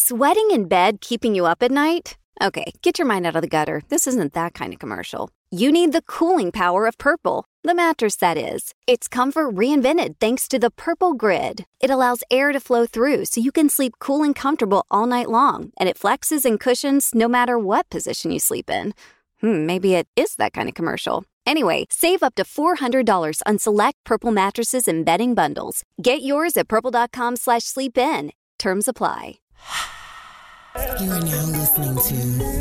Sweating in bed keeping you up at night? Okay, get your mind out of the gutter. This isn't that kind of commercial. You need the cooling power of Purple, the mattress that is. It's comfort reinvented thanks to the Purple Grid. It allows air to flow through so you can sleep cool and comfortable all night long, and it flexes and cushions no matter what position you sleep in. Hmm, maybe it is that kind of commercial. Anyway, save up to $400 on select Purple mattresses and bedding bundles. Get yours at purple.com slash sleep in. Terms apply. You are now listening to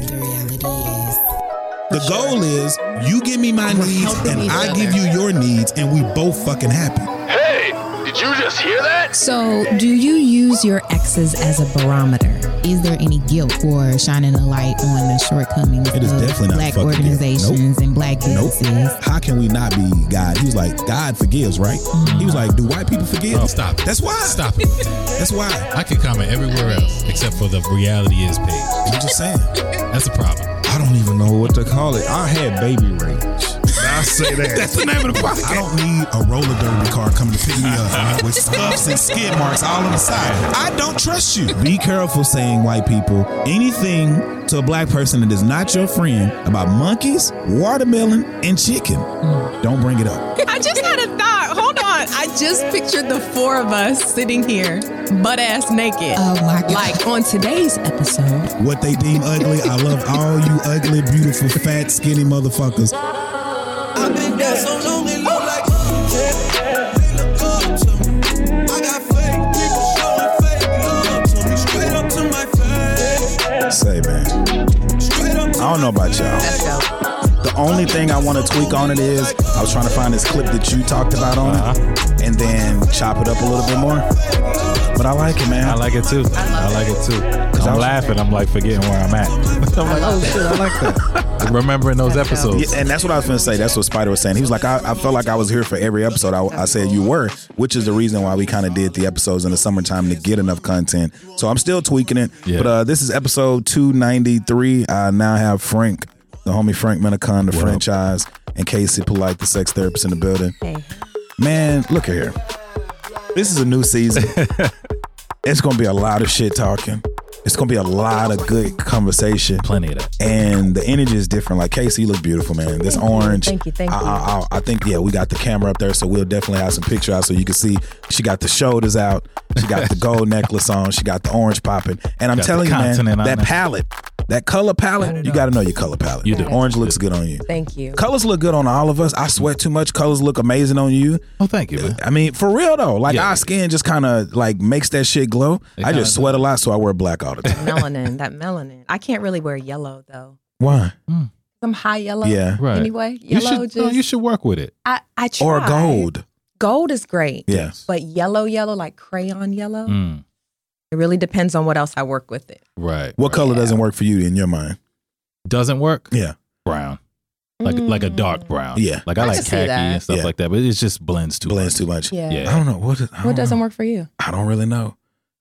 The Reality Is. The goal is you give me my needs and each I other. give you your needs and we both fucking happy. Hey, did you just hear that? So, do you use your exes as a barometer? Is there any guilt for shining a light on the shortcomings It is of definitely not black fucking guilt. organizations and black Nope. businesses? How can we not be God? He was like, God forgives, right? He was like, Do white people forgive? Oh, stop it. That's why. Stop it. That's why. I can comment everywhere else except for the reality is page. I'm just saying. That's a problem. I don't even know what to call it. I had baby rage. I say that. That's the name of the podcast. I don't need a roller derby car coming to pick me up with scuffs and skid marks all on the side. I don't trust you. Be careful saying white people anything to a black person that is not your friend about monkeys, watermelon, and chicken. Don't bring it up. I just had a thought. Hold on. I just pictured the four of us sitting here, butt ass naked. Oh my God. Like on today's episode. What they deem ugly, I love all you ugly, beautiful, fat, skinny motherfuckers. Say, man. I don't know about y'all. The only thing I want to tweak on it is I was trying to find this clip that you talked about on it and then chop it up a little bit more. But I like it, man. I like it too. I, like it too. 'Cause I'm laughing. I'm like forgetting where I'm at. I'm like, oh shit, I like that. Remembering those episodes. Yeah, and that's what I was going to say. That's what Spider was saying. He was like, I, I felt like I was here for every episode. I, I said you were, which is the reason why we kind of did the episodes in the summertime to get enough content. So I'm still tweaking it. Yeah. But uh, this is episode 293. I now have Frank, the homie Frank Menicon, the franchise, and Casey Polite, the sex therapist in the building. Man, look at here. This is a new season. it's going to be a lot of shit talking. It's going to be a lot of good conversation Plenty of that. and the energy is different. Like Casey, you look beautiful, man. This orange. Thank you, thank I, you. I, I, I think yeah, we got the camera up there, so we'll definitely have some picture out so you can see. She got the shoulders out. She got the gold necklace on. She got the orange popping. And I'm Got the telling you, man, continent on that there. palette, that color palette, you got to know your color palette. You do. Orange looks good on you. Thank you. Colors look good on all of us. I sweat too much. Colors look amazing on you. Oh, thank you. Man. I mean, for real though, like Yeah. our skin just kind of like makes that shit glow. I kinda just sweat a lot, so I wear black all the time. melanin, that melanin. I can't really wear yellow though. Why? I'm high yellow. Yeah. Right. Anyway, You yellow should, just no, you should work with it. I I try. Or gold? Gold is great. Yeah. But yellow, yellow, like crayon Oh. yellow. Mm, It really depends on what else I work with it. right. What right. color doesn't work for you in your mind? doesn't work? Yeah. Brown. Like like a Mm. Mm. dark brown. Yeah. Like I, I like can see khaki that. and stuff Yeah. like that, but it just blends too. Blends too much. Yeah. Yeah. I don't know what. Is, I don't What doesn't know. work for you? I don't really know.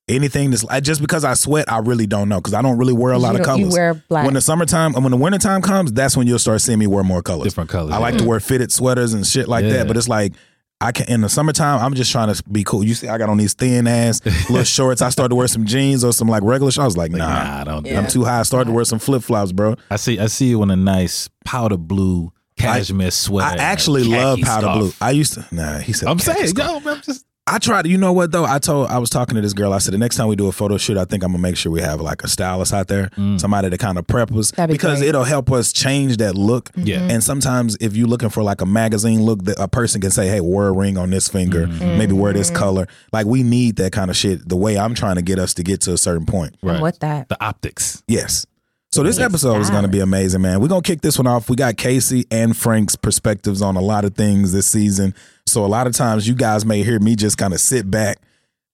Anything that's I, just because I sweat, I really don't know because I don't really wear a lot you of don't- colors. You wear black. when the summertime, when the wintertime comes, that's when you'll start seeing me wear more colors. Different colors. I Mm. like to wear fitted sweaters and shit like Yeah. that, but it's like. I can in the summertime. I'm just trying to be cool. You see, I got on these thin ass little shorts. I started to wear some jeans or some like regular. shorts. I was like, Like, nah, nah, I don't. I'm too high. I started to wear some flip flops, bro. I see. I see you in a nice powder blue cashmere sweater. I and a actually love khaki powder scarf. blue. I used to. Nah, he said. I'm khaki saying, scarf. yo, man, I'm just I tried. You know what though? I told I was talking to this girl. I said the next time we do a photo shoot, I think I'm gonna make sure we have like a stylist out there, somebody to kind of prep us That'd be because great. it'll help us change that look. Mm-hmm. Mm-hmm. Yeah. And sometimes if you're looking for like a magazine look, that a person can say, "Hey, wear a ring on this finger. Maybe wear this Mm-hmm. color." Like we need that kind of shit. The way I'm trying to get us to get to a certain point. I'm right. with that. the optics. Yes. So this episode is going to valid. be amazing, man. We're going to kick this one off. We got Casey and Frank's perspectives on a lot of things this season. So a lot of times you guys may hear me just kind of sit back,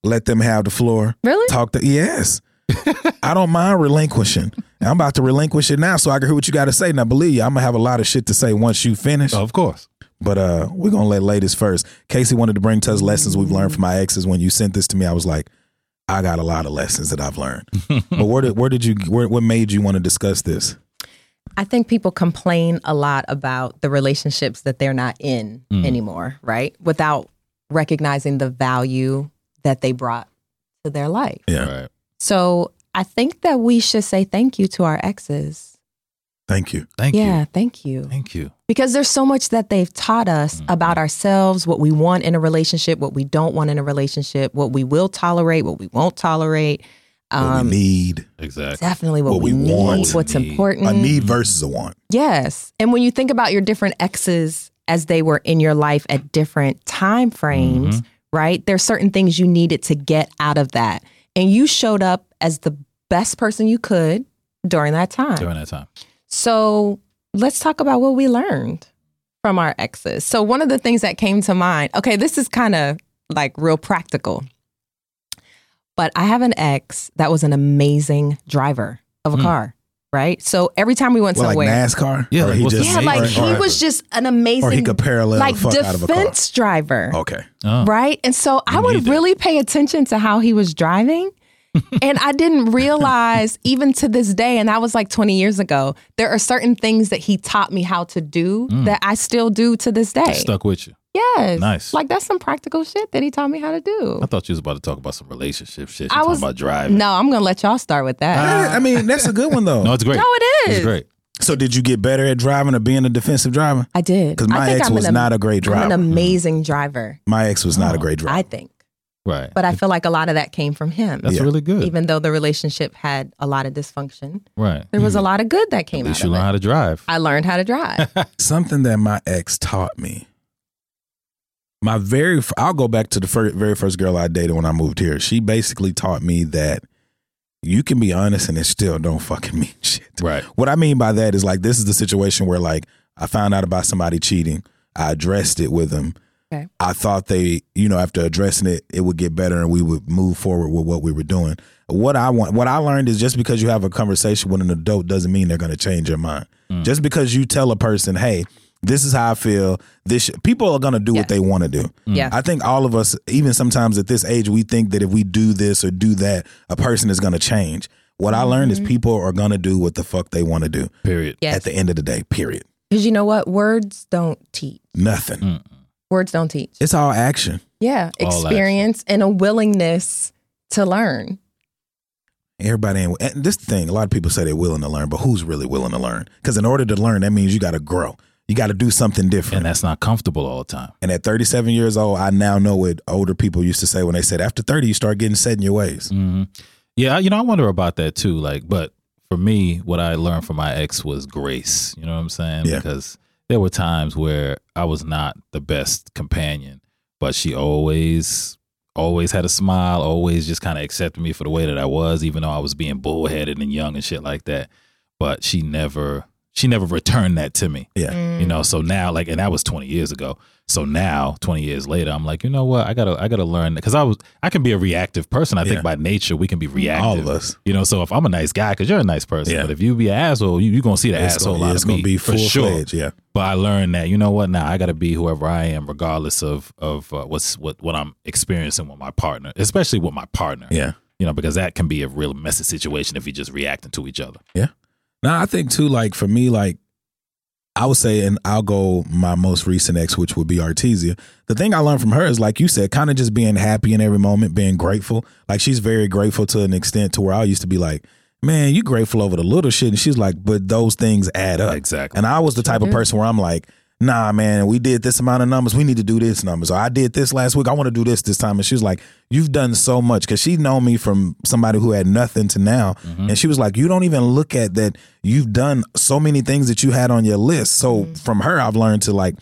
let them have the floor. Really? Talk to Yes. I don't mind relinquishing. I'm about to relinquish it now so I can hear what you got to say. Now believe you, I'm going to have a lot of shit to say once you finish. of course. But uh, we're gonna let ladies first. Casey wanted to bring to us lessons we've learned from my exes. When you sent this to me, I was like, I got a lot of lessons that I've learned. but where did where did you where, what made you want to discuss this? I think people complain a lot about the relationships that they're not in Mm. anymore, right? Without recognizing the value that they brought to their life. Yeah, Right. So I think that we should say thank you to our exes. Thank you. Thank yeah, you. thank you. Thank you. Because there's so much that they've taught us Mm. about ourselves, what we want in a relationship, what we don't want in a relationship, what we will tolerate, what we won't tolerate. um, what we need. Exactly. Definitely what, What we, we need, want. what's Need. important. A need versus a want. Yes. And when you think about your different exes as they were in your life at different time frames, right? There's certain things you needed to get out of that. And you showed up as the best person you could during that time. During that time. So let's talk about what we learned from our exes. So, one of the things that came to mind, okay, this is kind of like real practical, but I have an ex that was an amazing driver of a car, right? So, every time we went Well, like somewhere, NASCAR? Yeah, Or like, he what's the just yeah, Amazing like he or- was just an amazing, or he could parallel like the fuck out of a car. defense driver, Okay. Oh. right? And so I would neither. really pay attention to how he was driving. and I didn't realize, even to this day, and that was like 20 years ago, there are certain things that he taught me how to do that I still do to this day. Mm. Stuck with you. Yes. Nice. Like that's some practical shit that he taught me how to do. I thought you was about to talk about some relationship shit. I You're talking was- about driving. No, I'm going to let y'all start with that. I I mean, that's a good one though. No, it's great. no, it It's is. great. so did you get better at driving or being a defensive driver? I did. Because I my think ex I'm was an am- not a great I'm driver. an Oh, amazing driver, my ex was not a great driver. I think. Right. But I feel like a lot of that came from him. That's Yeah. really good. even though the relationship had a lot of dysfunction, right. there was a lot of good that Mm-hmm. At came out least you of learn it. how to drive. I learned how to drive. Something that my ex taught me. My very, f- I'll go back to the fir- very first girl I dated when I moved here. She basically taught me that you can be honest and it still don't fucking mean shit. Right. What I mean by that is like this is the situation where like I found out about somebody cheating. I addressed it with them. Okay. I thought they, you know, after addressing it, it would get better and we would move forward with what we were doing. What I want, what I learned is just because you have a conversation with an adult doesn't mean they're going to change their mind. Just because you tell a person, "Hey, this is how I feel," this sh- people are going to do what they want to do. Yeah. I think all of us, even sometimes at this age, we think that if we do this or do that, a person is going to change. What I learned is people are going to do what the fuck they want to do Period. at Mm-hmm. Yes. the end of the day, period. Because you know what? Words don't teach. Nothing. Words don't teach. It's all action. Yeah. All Experience and a willingness to learn. Everybody ain't, and this thing, a lot of people say they're willing to learn, but who's really willing to learn? Because in order to learn, that means you got to grow. You got to do something different. And that's not comfortable all the time. And at 37 years old, I now know what older people used to say when they said, after 30, you start getting set in your ways. hmm Yeah, you know, I wonder about that too. Like, but for me, what I learned from my ex was grace. You know what I'm saying? Yeah. Because there were times where I was not the best companion, but she always, always had a smile, always just kind of accepted me for the way that I was, even though I was being bullheaded and young and shit like that. But she never, she never returned that to me. Yeah. Mm. You know, so now like and that was 20 years ago. So now 20 years later I'm like, you know what? I got to I got to learn cuz I was I can be a reactive person. I Yeah. think by nature we can be reactive. All of us. You know, so if I'm a nice guy cuz you're a nice person, Yeah. but if you be an asshole, you you going to see the It's asshole gonna- out it's of gonna me be for sure. full-fledged, yeah. But I learned that, you know what? Now I got to be whoever I am regardless of of uh, what's what what I'm experiencing with my partner, especially with my partner. Yeah. You know, because that can be a real messy situation if you're just reacting to each other. No, I think too, like for me, like I would say, and I'll go my most recent ex, which would be Artesia. The thing I learned from her is, like you said, kind of just being happy in every moment, being grateful. Like she's very grateful to an extent to where I used to be like, man, you grateful over the little shit. And she's like, but those things add up. Exactly. And I was the type of person where I'm like, nah, man, we did this amount of numbers. We need to do this numbers. Or I did this last week. I want to do this this time. And she was like, you've done so much. Cause she known me from somebody who had nothing to now. Mm-hmm. And she was like, you don't even look at that. You've done so many things that you had on your list. So Mm-hmm. from her, I've learned to like,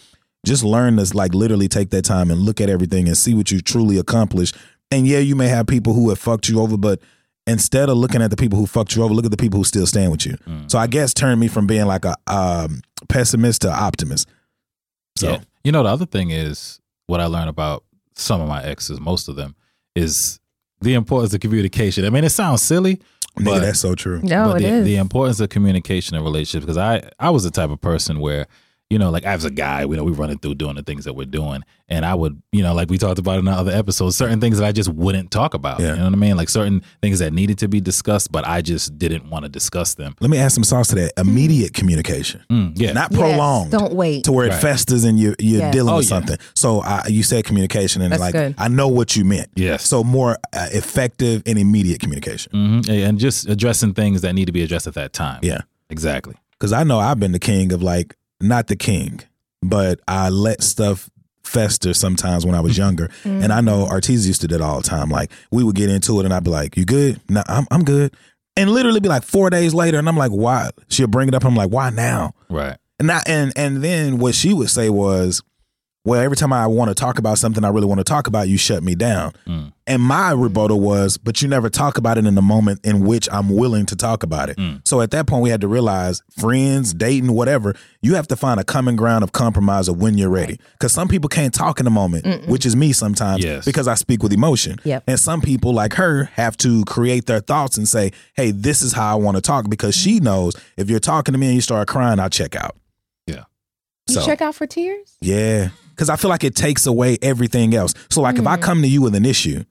just learn to like literally take that time and look at everything and see what you truly accomplished. And yeah, you may have people who have fucked you over, but instead of looking at the people who fucked you over, look at the people who still stand with you. So I Mm-hmm. guess turned me from being like a um, pessimist to optimist. So Yeah. you know, the other thing is what I learned about some of my exes, most of them, is the importance of communication. I mean, it sounds silly, nigga, but that's so true. No, but Oh, it the, is. the importance of communication in relationships because I I was the type of person where you know, like as a guy, we know we're running through doing the things that we're doing. And I would, you know, like we talked about in the other episodes, certain things that I just wouldn't talk about. Yeah. You know what I mean? Like certain things that needed to be discussed, but I just didn't want to discuss them. Let me add some sauce to that. Immediate communication, Mm, Mm-hmm. yeah. not prolonged. Don't wait. to where it Right. festers and you you're Yes. dealing Oh, with yeah. something. So I, you said communication, and That's like good. I know what you meant. Yes. So more uh, effective and immediate communication. hmm And just addressing things that need to be addressed at that time. Yeah. Exactly. Because I know I've been the king of like not the king, but I let stuff fester sometimes when I Mm-hmm. was younger. Mm. And I know Arteezy used to do that all the time. Like we would get into it, and I'd be like, "You good? No, I'm I'm good." And literally be like four days later, and I'm like, "Why?" She'll bring it up. I'm like, "Why now?" Right. And I, and and then what she would say was, "Well, every time I want to talk about something I really want to talk about, you shut me down." Mm. And my rebuttal was, "But you never talk about it in the moment in which I'm willing to talk about it." Mm. So at that point, we had to realize, friends, dating, whatever, you have to find a common ground of compromise of when you're ready, because some people can't talk in the moment, which is me sometimes, Yes. because I speak with emotion. Yep. And some people like her have to create their thoughts and say, "Hey, this is how I want to talk," because she knows if you're talking to me and you start crying, I'll check out. You So- check out for tears? Yeah. Cause I feel like it takes away everything else. So like if Mm-hmm. I come to you with an issue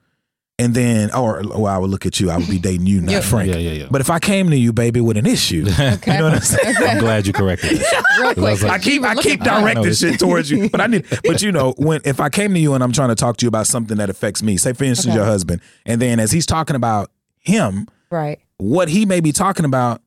and then or well, I would look at you, I would be dating you, not Yeah. Frank. Yeah, yeah, yeah. But if I came to you, baby, with an issue, Okay. you know what I'm saying? I'm glad you corrected that. Real quick. I was like, I keep I keep I don't know directing this. shit towards you, but I need. But you know, when if I came to you and I'm trying to talk to you about something that affects me, say for instance your husband, and then as he's talking about him, Right. what he may be talking about,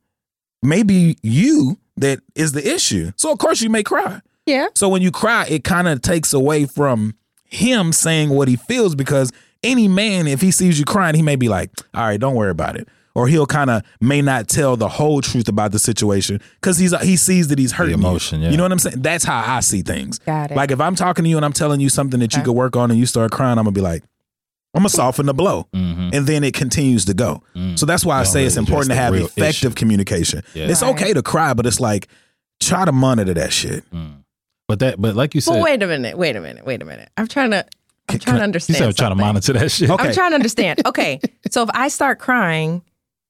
maybe you that is the issue. So of course you may cry. Yeah. So when you cry, it kind of takes away from him saying what he feels because any man, if he sees you crying, he may be like, all right, don't worry about it. Or he'll kind of may not tell the whole truth about the situation because he's he sees that he's hurting. you. emotion, yeah. You know what I'm saying? That's how I see things. Got it. Like if I'm talking to you and I'm telling you something that you Okay. could work on and you start crying, I'm gonna be like, I'm gonna soften the blow. Mhm. And then it continues to go. Mm. So that's why I Y'all say it's really important to addressed have the real effective issue. communication. Yeah. It's Right. okay to cry, but it's like try to monitor that shit. Mm. But that, but like you said, Well, wait a minute. Wait a minute. Wait a minute. I'm trying to. I'm trying to you understand. said I'm trying to something. monitor that shit. Okay. I'm trying to understand. Okay, so if I start crying,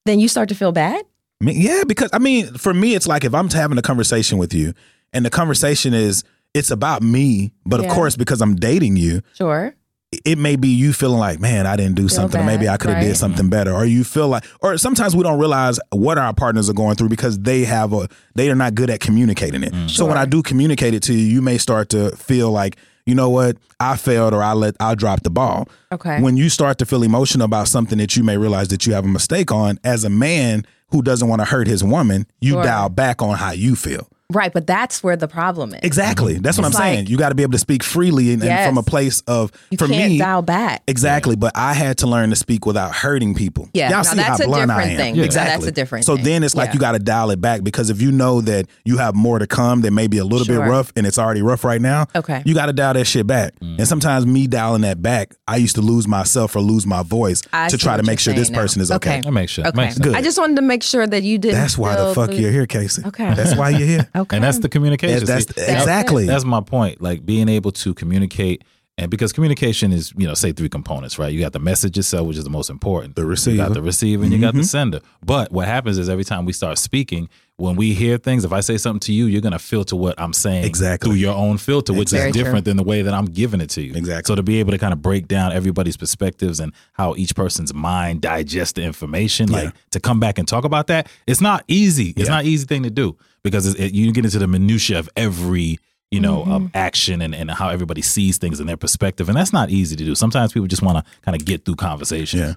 then you start to feel bad. I mean, yeah, because I mean, for me, it's like if I'm having a conversation with you, and the conversation is it's about me, but of Yeah. course, because I'm dating you, Sure. it may be you feeling like, man, I didn't do something, or maybe bad, I could have did right. something better, or you feel like, or sometimes we don't realize what our partners are going through because they have a they are not good at communicating Mm. it. So when I do communicate it to you, you may start to feel like, you know what, I failed, or I let I dropped the ball. Okay. When you start to feel emotional about something that you may realize that you have a mistake on, as a man who doesn't want to hurt his woman, you Sure. dial back on how you feel. Right, but that's where the problem is. Exactly. That's what Mm-hmm. It's I'm saying. like- You got to be able to speak freely and, and Yes. from a place of, You for can't me, dial back. Exactly, but I had to learn to speak without hurting people. Yeah, y'all no, see that's how a blunt I different am. thing. Yeah. Exactly, That's a different So thing. then it's like Yeah. you got to dial it back because if you know that you have more to come that may be a little Sure. bit rough and it's already rough right now. Okay. you got to dial that shit back. And sometimes me dialing that back, I used to lose myself or lose my voice I to see try to what make sure you're this saying now. person is okay. Okay. I make sure. Okay. Makes sense. Good. I just wanted to make sure that you didn't. That's why the feel fuck the- you're here, Casey. Okay. that's why you're here. Okay. And that's the communication. Yeah, that's- See, exactly. That's my point. Like being able to communicate, and because communication is, you know, say three components, right? You got the message itself, which is the most important. The You receiver. Mm-hmm. got the receiver, and you got the sender. But what happens is every time we start speaking, when we hear things, if I say something to you, you're gonna filter what I'm saying Exactly. through your own filter, which Exactly. is different than the way that I'm giving it to you. Exactly. So to be able to kind of break down everybody's perspectives and how each person's mind digests the information, like to come back and talk about that, it's not easy. It's not an easy thing to do because it's, it, you get into the minutia of every you know Mm-hmm. um, action and, and how everybody sees things in their perspective, and that's not easy to do. Sometimes people just want to kind of get through conversations. Yeah.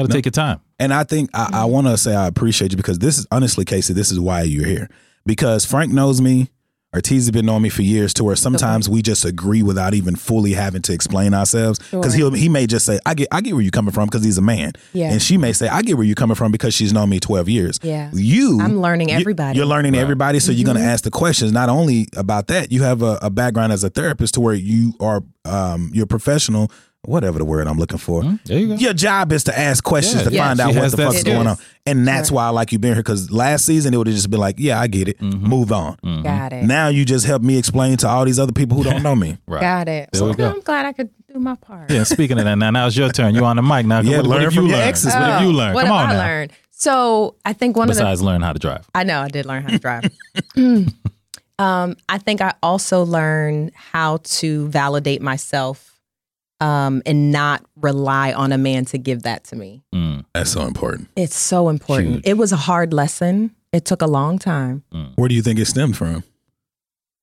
Gotta take your time. And I think I, Mm-hmm. I want to say I appreciate you because this is honestly, Casey, this is why you're here. Because Frank knows me, Ortiz has been knowing me for years to where sometimes we just agree without even fully having to explain ourselves. Because he'll he may just say, I get I get where you're coming from because he's a man. Yeah. And she may say, I get where you're coming from because she's known me 12 years. Yeah. You I'm learning you- everybody. Mm-hmm. You're learning everybody. So you're gonna ask the questions. Not only about that, you have a, a background as a therapist to where you are um you're professional, whatever the word I'm looking for There you go. your job is to ask questions Yeah, to yeah, find she out what has the that fuck's skill. going on. And that's why I like you being here because last season it would have just been like, yeah, I get it, move on. Mm-hmm. Got it. Now you just help me explain to all these other people who don't know me. Right. Got it. There we Okay, go. I'm glad I could do my part. Yeah, speaking of that, now now it's your turn. You on the mic now. Yeah, what, learn what have from you your learned? exes. What have you learned? Uh, Oh, What Come have on I now. learned? So I think one of the Besides learn how to drive. I know I did learn how to drive. Um, I think I also learned how to validate myself um, and not rely on a man to give that to me. Mm. That's so important. It's so important. Huge. It was a hard lesson. It took a long time. Where do you think it stemmed from?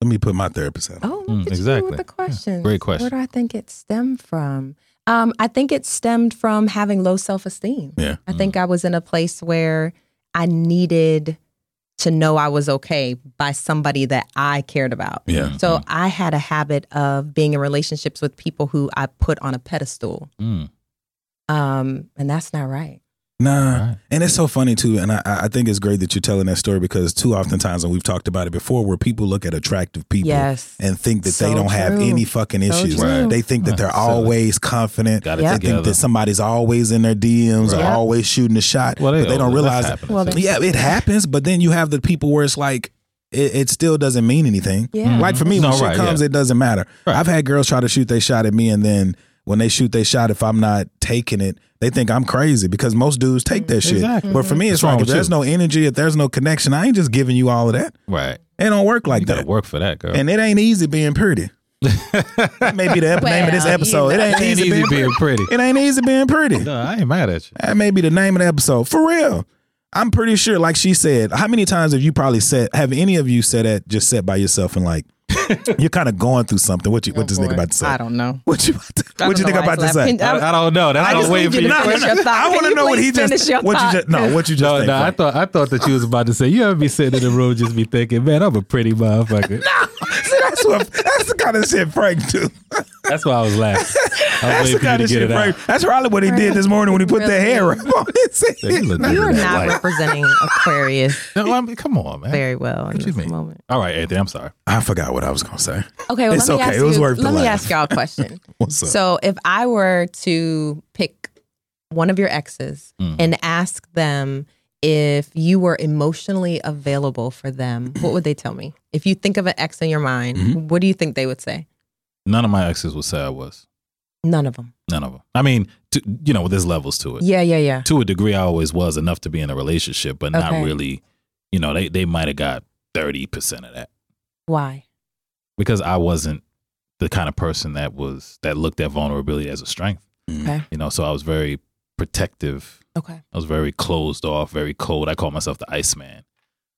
Let me put my therapist out. Oh, Mm, look at you exactly. with Yeah. the questions. Great question. Where do I think it stemmed from? Um, I think it stemmed from having low self esteem. Yeah. I Mm. think I was in a place where I needed to know I was okay by somebody that I cared about. Mm. Yeah. So I had a habit of being in relationships with people who I put on a pedestal. Mm. Um, and that's not right. Nah. Right. And it's so funny too, and I, I think it's great that you're telling that story because too oftentimes, and we've talked about it before, where people look at attractive people Yes. and think that they So don't have true. any fucking So issues. true. Right. They think that they're Right. always confident. Got it Yeah. They together. think that somebody's always in their DMs or Right. always shooting a shot, Well, they but they don't always- realize. that's happening, Well, too. they- Yeah, it happens, but then you have the people where it's like it, it still doesn't mean anything. Yeah. Like for me, Mm-hmm. No, when right, shit comes, yeah. it doesn't matter. I've had girls try to shoot their shot at me, and then when they shoot their shot, if I'm not taking it, they think I'm crazy because most dudes take that shit. Mm-hmm. Exactly. But for me, it's What's wrong like if with there's you? no energy, if there's no connection, I ain't just giving you all of that. right. It don't work like You gotta that. work for that, girl. And it ain't easy being pretty. that may be the ep- name of this Well, you episode. It know. ain't, it ain't easy, being pretty. pretty. It ain't easy being pretty. No, I ain't mad at you. That may be the name of the episode. For real. I'm pretty sure, like she said, how many times have you probably said, have any of you said that just sat by yourself and like, you're kind of going through something? What you, what this nigga about to say? Oh, I don't know. What you, about to- I what you think don't know I'm why about to it's say? laughing. I- I, I don't know. That's I I just was waiting need for you your to finish question. your thought. I Can want to you know what please he finish just, your what you thought? just, no, what you just No, think, no, I right? thought I thought that you was about to say you ever be sitting in the room just be thinking, man, I'm a pretty motherfucker. See, that's what, that's the kind of shit Frank do. That's why I was laughing. I That's was the waiting for you kind to of get shit it Frank, out. that's probably what he did this morning when he put that hair up on his You look head. good You are in that not light. representing Aquarius No, I mean, come on, man. very well What in you this mean? moment. All right, Anthony, I'm sorry. I forgot what I was going to say. Okay, well, It's let me okay. ask It was you. worth the Let me laugh. ask y'all a question. What's up? So, if I were to pick one of your exes Mm. Mhm. and ask them if you were emotionally available for them, what would they tell me? If you think of an ex in your mind, Mhm. what do you think they would say? None of my exes would say I was. None of them. None of them. I mean, to, you know, there's levels to it. Yeah, yeah, yeah. To a degree, I always was enough to be in a relationship, but Okay. not really. You know, they they might have got thirty percent of that Why? because I wasn't the kind of person that was that looked at vulnerability as a strength. Mm-hmm. Okay. You know, so I was very protective. Okay. I was very closed off, very cold. I call myf the Iceman.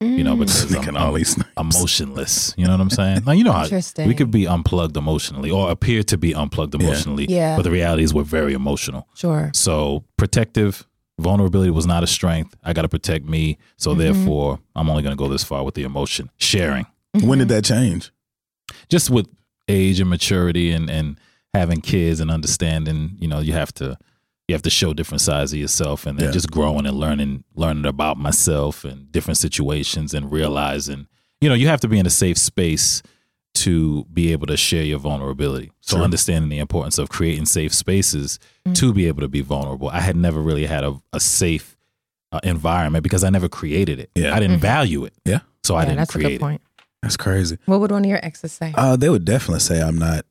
Mm, You know, because I'm, Sneaking all I'm these things. emotionless. You know what I'm saying? Now you know how Interesting. uh, we could be unplugged emotionally or appear to be unplugged Yeah. emotionally. Yeah. But the reality is we're very emotional. Sure. So protective vulnerability was not a strength. I got to protect me. So Mm-hmm. therefore, I'm only going to go this far with the emotion. Sharing, When did that change? just with age and maturity and and having kids and understanding, you know, you have to you have to show different sides of yourself and then Yeah. just growing and learning learning about myself and different situations and realizing, you know, you have to be in a safe space to be able to share your vulnerability. So Sure. understanding the importance of creating safe spaces Mm-hmm. to be able to be vulnerable. I had never really had a, a safe uh, environment because I never created it. Yeah. I didn't value it. Yeah. So I Mm-hmm. yeah, didn't that's a create good it. point. That's crazy. What would one of your exes say? Uh, they would definitely say I'm not.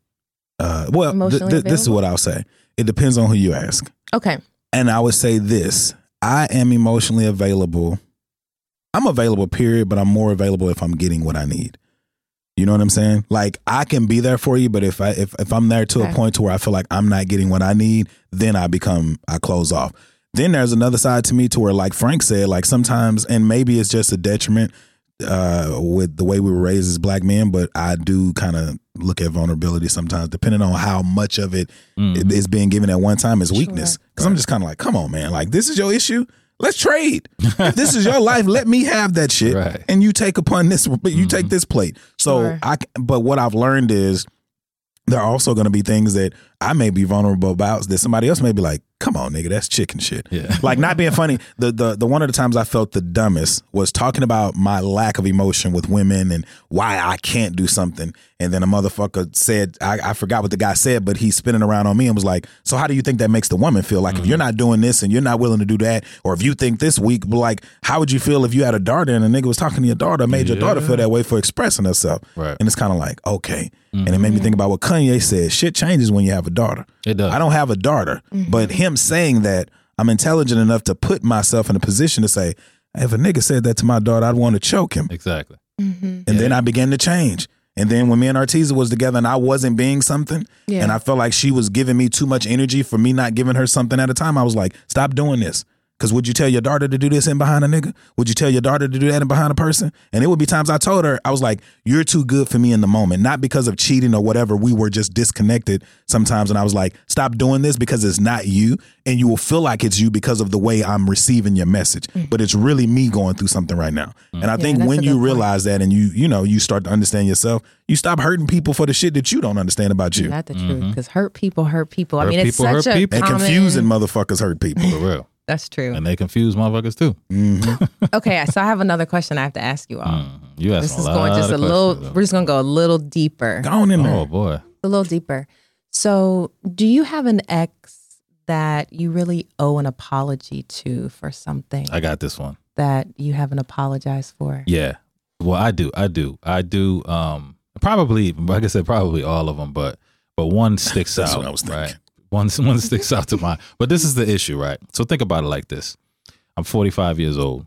Uh, well, th- Emotionally th- this is available? what I'll say. It depends on who you ask, okay. and I would say this: I am emotionally available. I'm available, period, but I'm more available if I'm getting what I need. You know what I'm saying? Like I can be there for you, but if I if, if I'm there to a Okay. point to where I feel like I'm not getting what I need, then I become I close off. Then there's another side to me to where like Frank said, like sometimes and maybe it's just a detriment uh with the way we were raised as black men, but I do kind of look at vulnerability sometimes depending on how much of it Mm. is being given at one time as weakness. Cuz I'm just kind of like, come on man, like this is your issue. Let's trade. if this is your life, let me have that shit Right. Mm-hmm. and you take upon this you take this plate. So Sure. I c- but what I've learned is there are also going to be things that I may be vulnerable about that somebody else may be like, "Come on, nigga, that's chicken shit." Yeah. Like not being funny. The the the one of the times I felt the dumbest was talking about my lack of emotion with women and why I can't do something. And then a motherfucker said, I, I forgot what the guy said, but he's spinning around on me and was like, "So how do you think that makes the woman feel? Like if you're Mm-hmm. not doing this and you're not willing to do that, or if you think this weak, but like how would you feel if you had a daughter and a nigga was talking to your daughter, and made your daughter feel that way for expressing herself?" Right. Mm-hmm. And it's kind of like, okay. And it made me think about what Kanye said. Shit changes when you have a daughter. It does. I don't have a daughter, but him saying that, I'm intelligent enough to put myself in a position to say, if a nigga said that to my daughter, I'd want to choke him. Exactly. And then I began to change. And then when me and Artiza was together and I wasn't being something, Yeah. and I felt like she was giving me too much energy for me not giving her something at a time, I was like, stop doing this. Cause would you tell your daughter to do this in behind a nigga? Would you tell your daughter to do that in behind a person? And it would be times I told her, I was like, You're too good for me in the moment. Not because of cheating or whatever. We were just disconnected sometimes. And I was like, Stop doing this because it's not you. And you will feel like it's you because of the way I'm receiving your message. But it's really me going through something right now. And I think Mm. that's when a you good point. realize that and you, you know, you start to understand yourself, you stop hurting people for the shit that you don't understand about you. Not the truth, because hurt people hurt people. I Hurt mean, it's people hurt such a people. And common- confusing motherfuckers hurt people. Mm-hmm. For real. That's true. And they confuse motherfuckers too. okay, so I have another question I have to ask you all. Mhm. You asked Mm-hmm. This is going just a little. We're just going to go a little deeper. Go on in there. Oh boy. A little deeper. So, do you have an ex that you really owe an apology to for something I got this one. that you haven't apologized for? Yeah. Well, I do. I do. I do. Um, probably, like I said, probably all of them, but but one sticks That's out. what I was thinking. Right? One one sticks out to my. But this is the issue, right? So think about it like this: I'm 45 years old,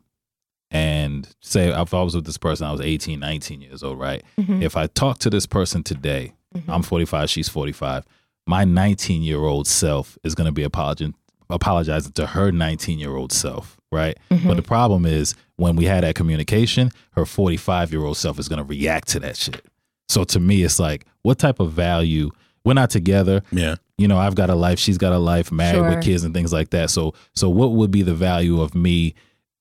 and say if I was with this person, I was 18, 19 years old, right? If I talk to this person today, I'm 45, she's 45. My 19 year old self is going to be apologizing apologizing to her 19 year old self, right? Mm-hmm. But Mm. the problem is when we had that communication, her 45 year old self is going to react to that shit. So to me, it's like, what type of value? We're not together. Yeah. You know, I've got a life. She's got a life. Married Sure. with kids and things like that. So, so what would be the value of me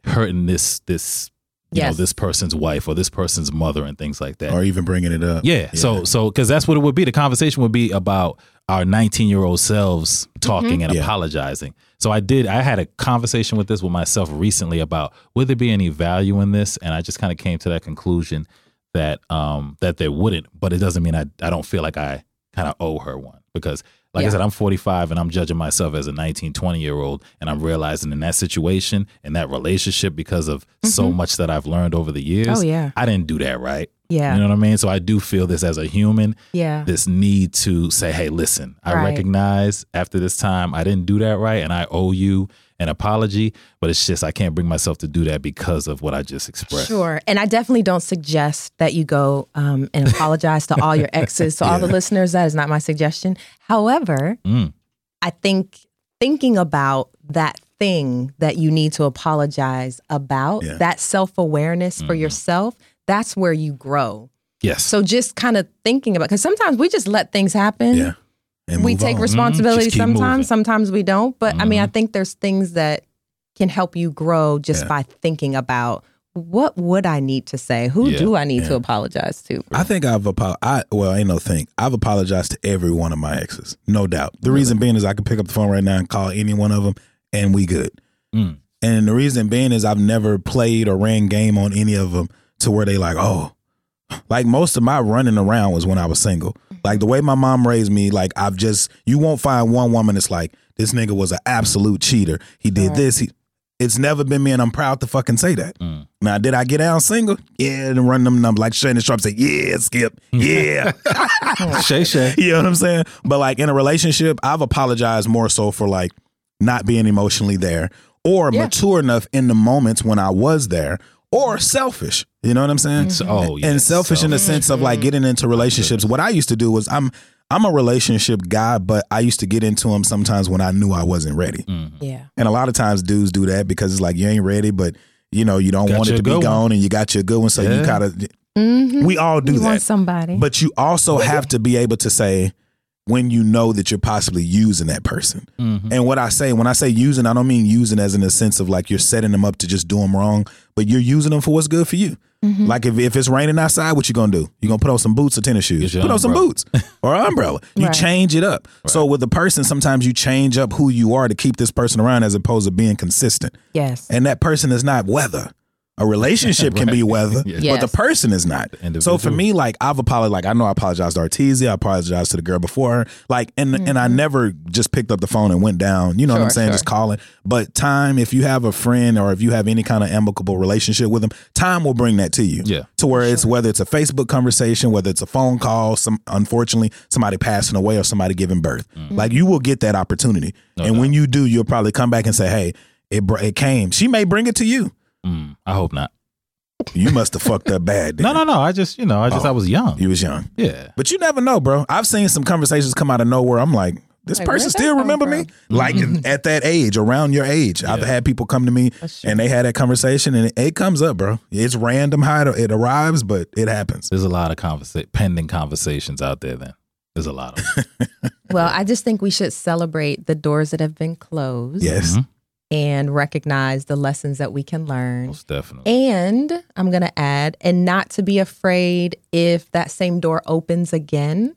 hurting this this you Yes. know this person's wife or this person's mother and things like that? Or even bringing it up. Yeah. So so because that's what it would be. The conversation would be about our 19 year old selves talking Mm-hmm. and Yeah. apologizing. So I did. I had a conversation with this with myself recently about would there be any value in this, and I just kind of came to that conclusion that um that there wouldn't. But it doesn't mean I I don't feel like I kind of owe her one because. Like Yeah. I said, I'm 45 and I'm judging myself as a 19, 20 year old. And I'm realizing in that situation, in that relationship, because of so much that I've learned over the years, Mm-hmm. Oh, yeah. I didn't do that right. Yeah. You know what I mean? So I do feel this as a human, Yeah. this need to say, hey, listen, I Right. recognize after this time I didn't do that right and I owe you an apology, but it's just I can't bring myself to do that because of what I just expressed. Sure. And I definitely don't suggest that you go um, and apologize to all your exes. So, all the listeners, that is not my suggestion. However, Mm. I think thinking about that thing that you need to apologize about, Yeah. Mm-hmm. that self awareness for yourself, that's where you grow. Yes. So, just kind of thinking about, because sometimes we just let things happen. Yeah. And we move take on. responsibility Just keep sometimes, moving. sometimes we don't. But I mean, I think there's things that can help you grow just Yeah. by thinking about what would I need to say? Who Yeah, do I need to yeah. apologize to? I think I've apo- I well, ain't no thing. I've apologized to every one of my exes, no doubt. The reason being is I can pick up the phone right now and call any one of them, and we good. Mm. And the reason being is I've never played or ran game on any of them to where they like, oh, like most of my running around was when I was single. Like the way my mom raised me, like I've just you won't find one woman that's like this nigga was an absolute cheater. He did this. He, it's never been me, and I'm proud to fucking say that. Now, did I get out single? Yeah, and run them numbers like Shannon Sharp said. Yeah, Skip. Yeah, Shay Shay. you know what I'm saying? But like in a relationship, I've apologized more so for like not being emotionally there or Yeah. mature enough in the moments when I was there or selfish. You know what I'm saying? Mm-hmm. Oh, yeah. and selfish in the sense of like getting into relationships. What I used to do was I'm I'm a relationship guy, but I used to get into them sometimes when I knew I wasn't ready. Mm-hmm. Yeah. And a lot of times dudes do that because it's like you ain't ready, but you know you don't Got want you it a to be good one. gone, and you got your good one, so you Yeah. kind of. Mm-hmm. We all do You that. want somebody. But you also have to be able to say when you know that you're possibly using that person. Mm-hmm. And what I say, when I say using, I don't mean using as in the sense of like you're setting them up to just do them wrong, but you're using them for what's good for you. Like if, if it's raining outside, what you gonna do? You gonna put on some boots or tennis shoes? Get Put your on some umbrella. boots or an umbrella. You Right. change it up. So with a person, sometimes you change up who you are to keep this person around as opposed to being consistent. yes. And that person is not weather. A relationship can be weather, Yes. but the person is not. So for individual. me, like I've apologized. Like I know I apologized to Artesia. I apologized to the girl before her. Like and and I never just picked up the phone and went down. You know what I'm Mm-hmm. Sure, saying? sure. Just calling. But time, if you have a friend or if you have any kind of amicable relationship with them, time will bring that to you. Yeah. To where it's whether it's a Facebook conversation, whether it's a phone call, some unfortunately somebody passing away or somebody giving birth. Mm. Like you will get that opportunity, and when you do, you'll probably come back and say, "Hey, it br- it came." She may bring it to you. Mm, I Mm-hmm. hope not. You must have fucked up bad. Then. No, no, no. I just, you know, I just, I was young. You was young, yeah. but you never know, bro. I've seen some conversations come out of nowhere. I'm like, this Like, where'd person that still come remember from? Mm-hmm. me, like at that age, around your age. I've Yeah. had people come to me and they had that conversation, and it, it comes up, bro. It's random how it, it arrives, but it happens. There's a lot of conversa- pending conversations out there then. There's a lot of them. Well, I just think we should celebrate the doors that have been closed Yes, Mhm. and recognize the lessons that we can learn. Most definitely. And I'm going to add, and not to be afraid if that same door opens again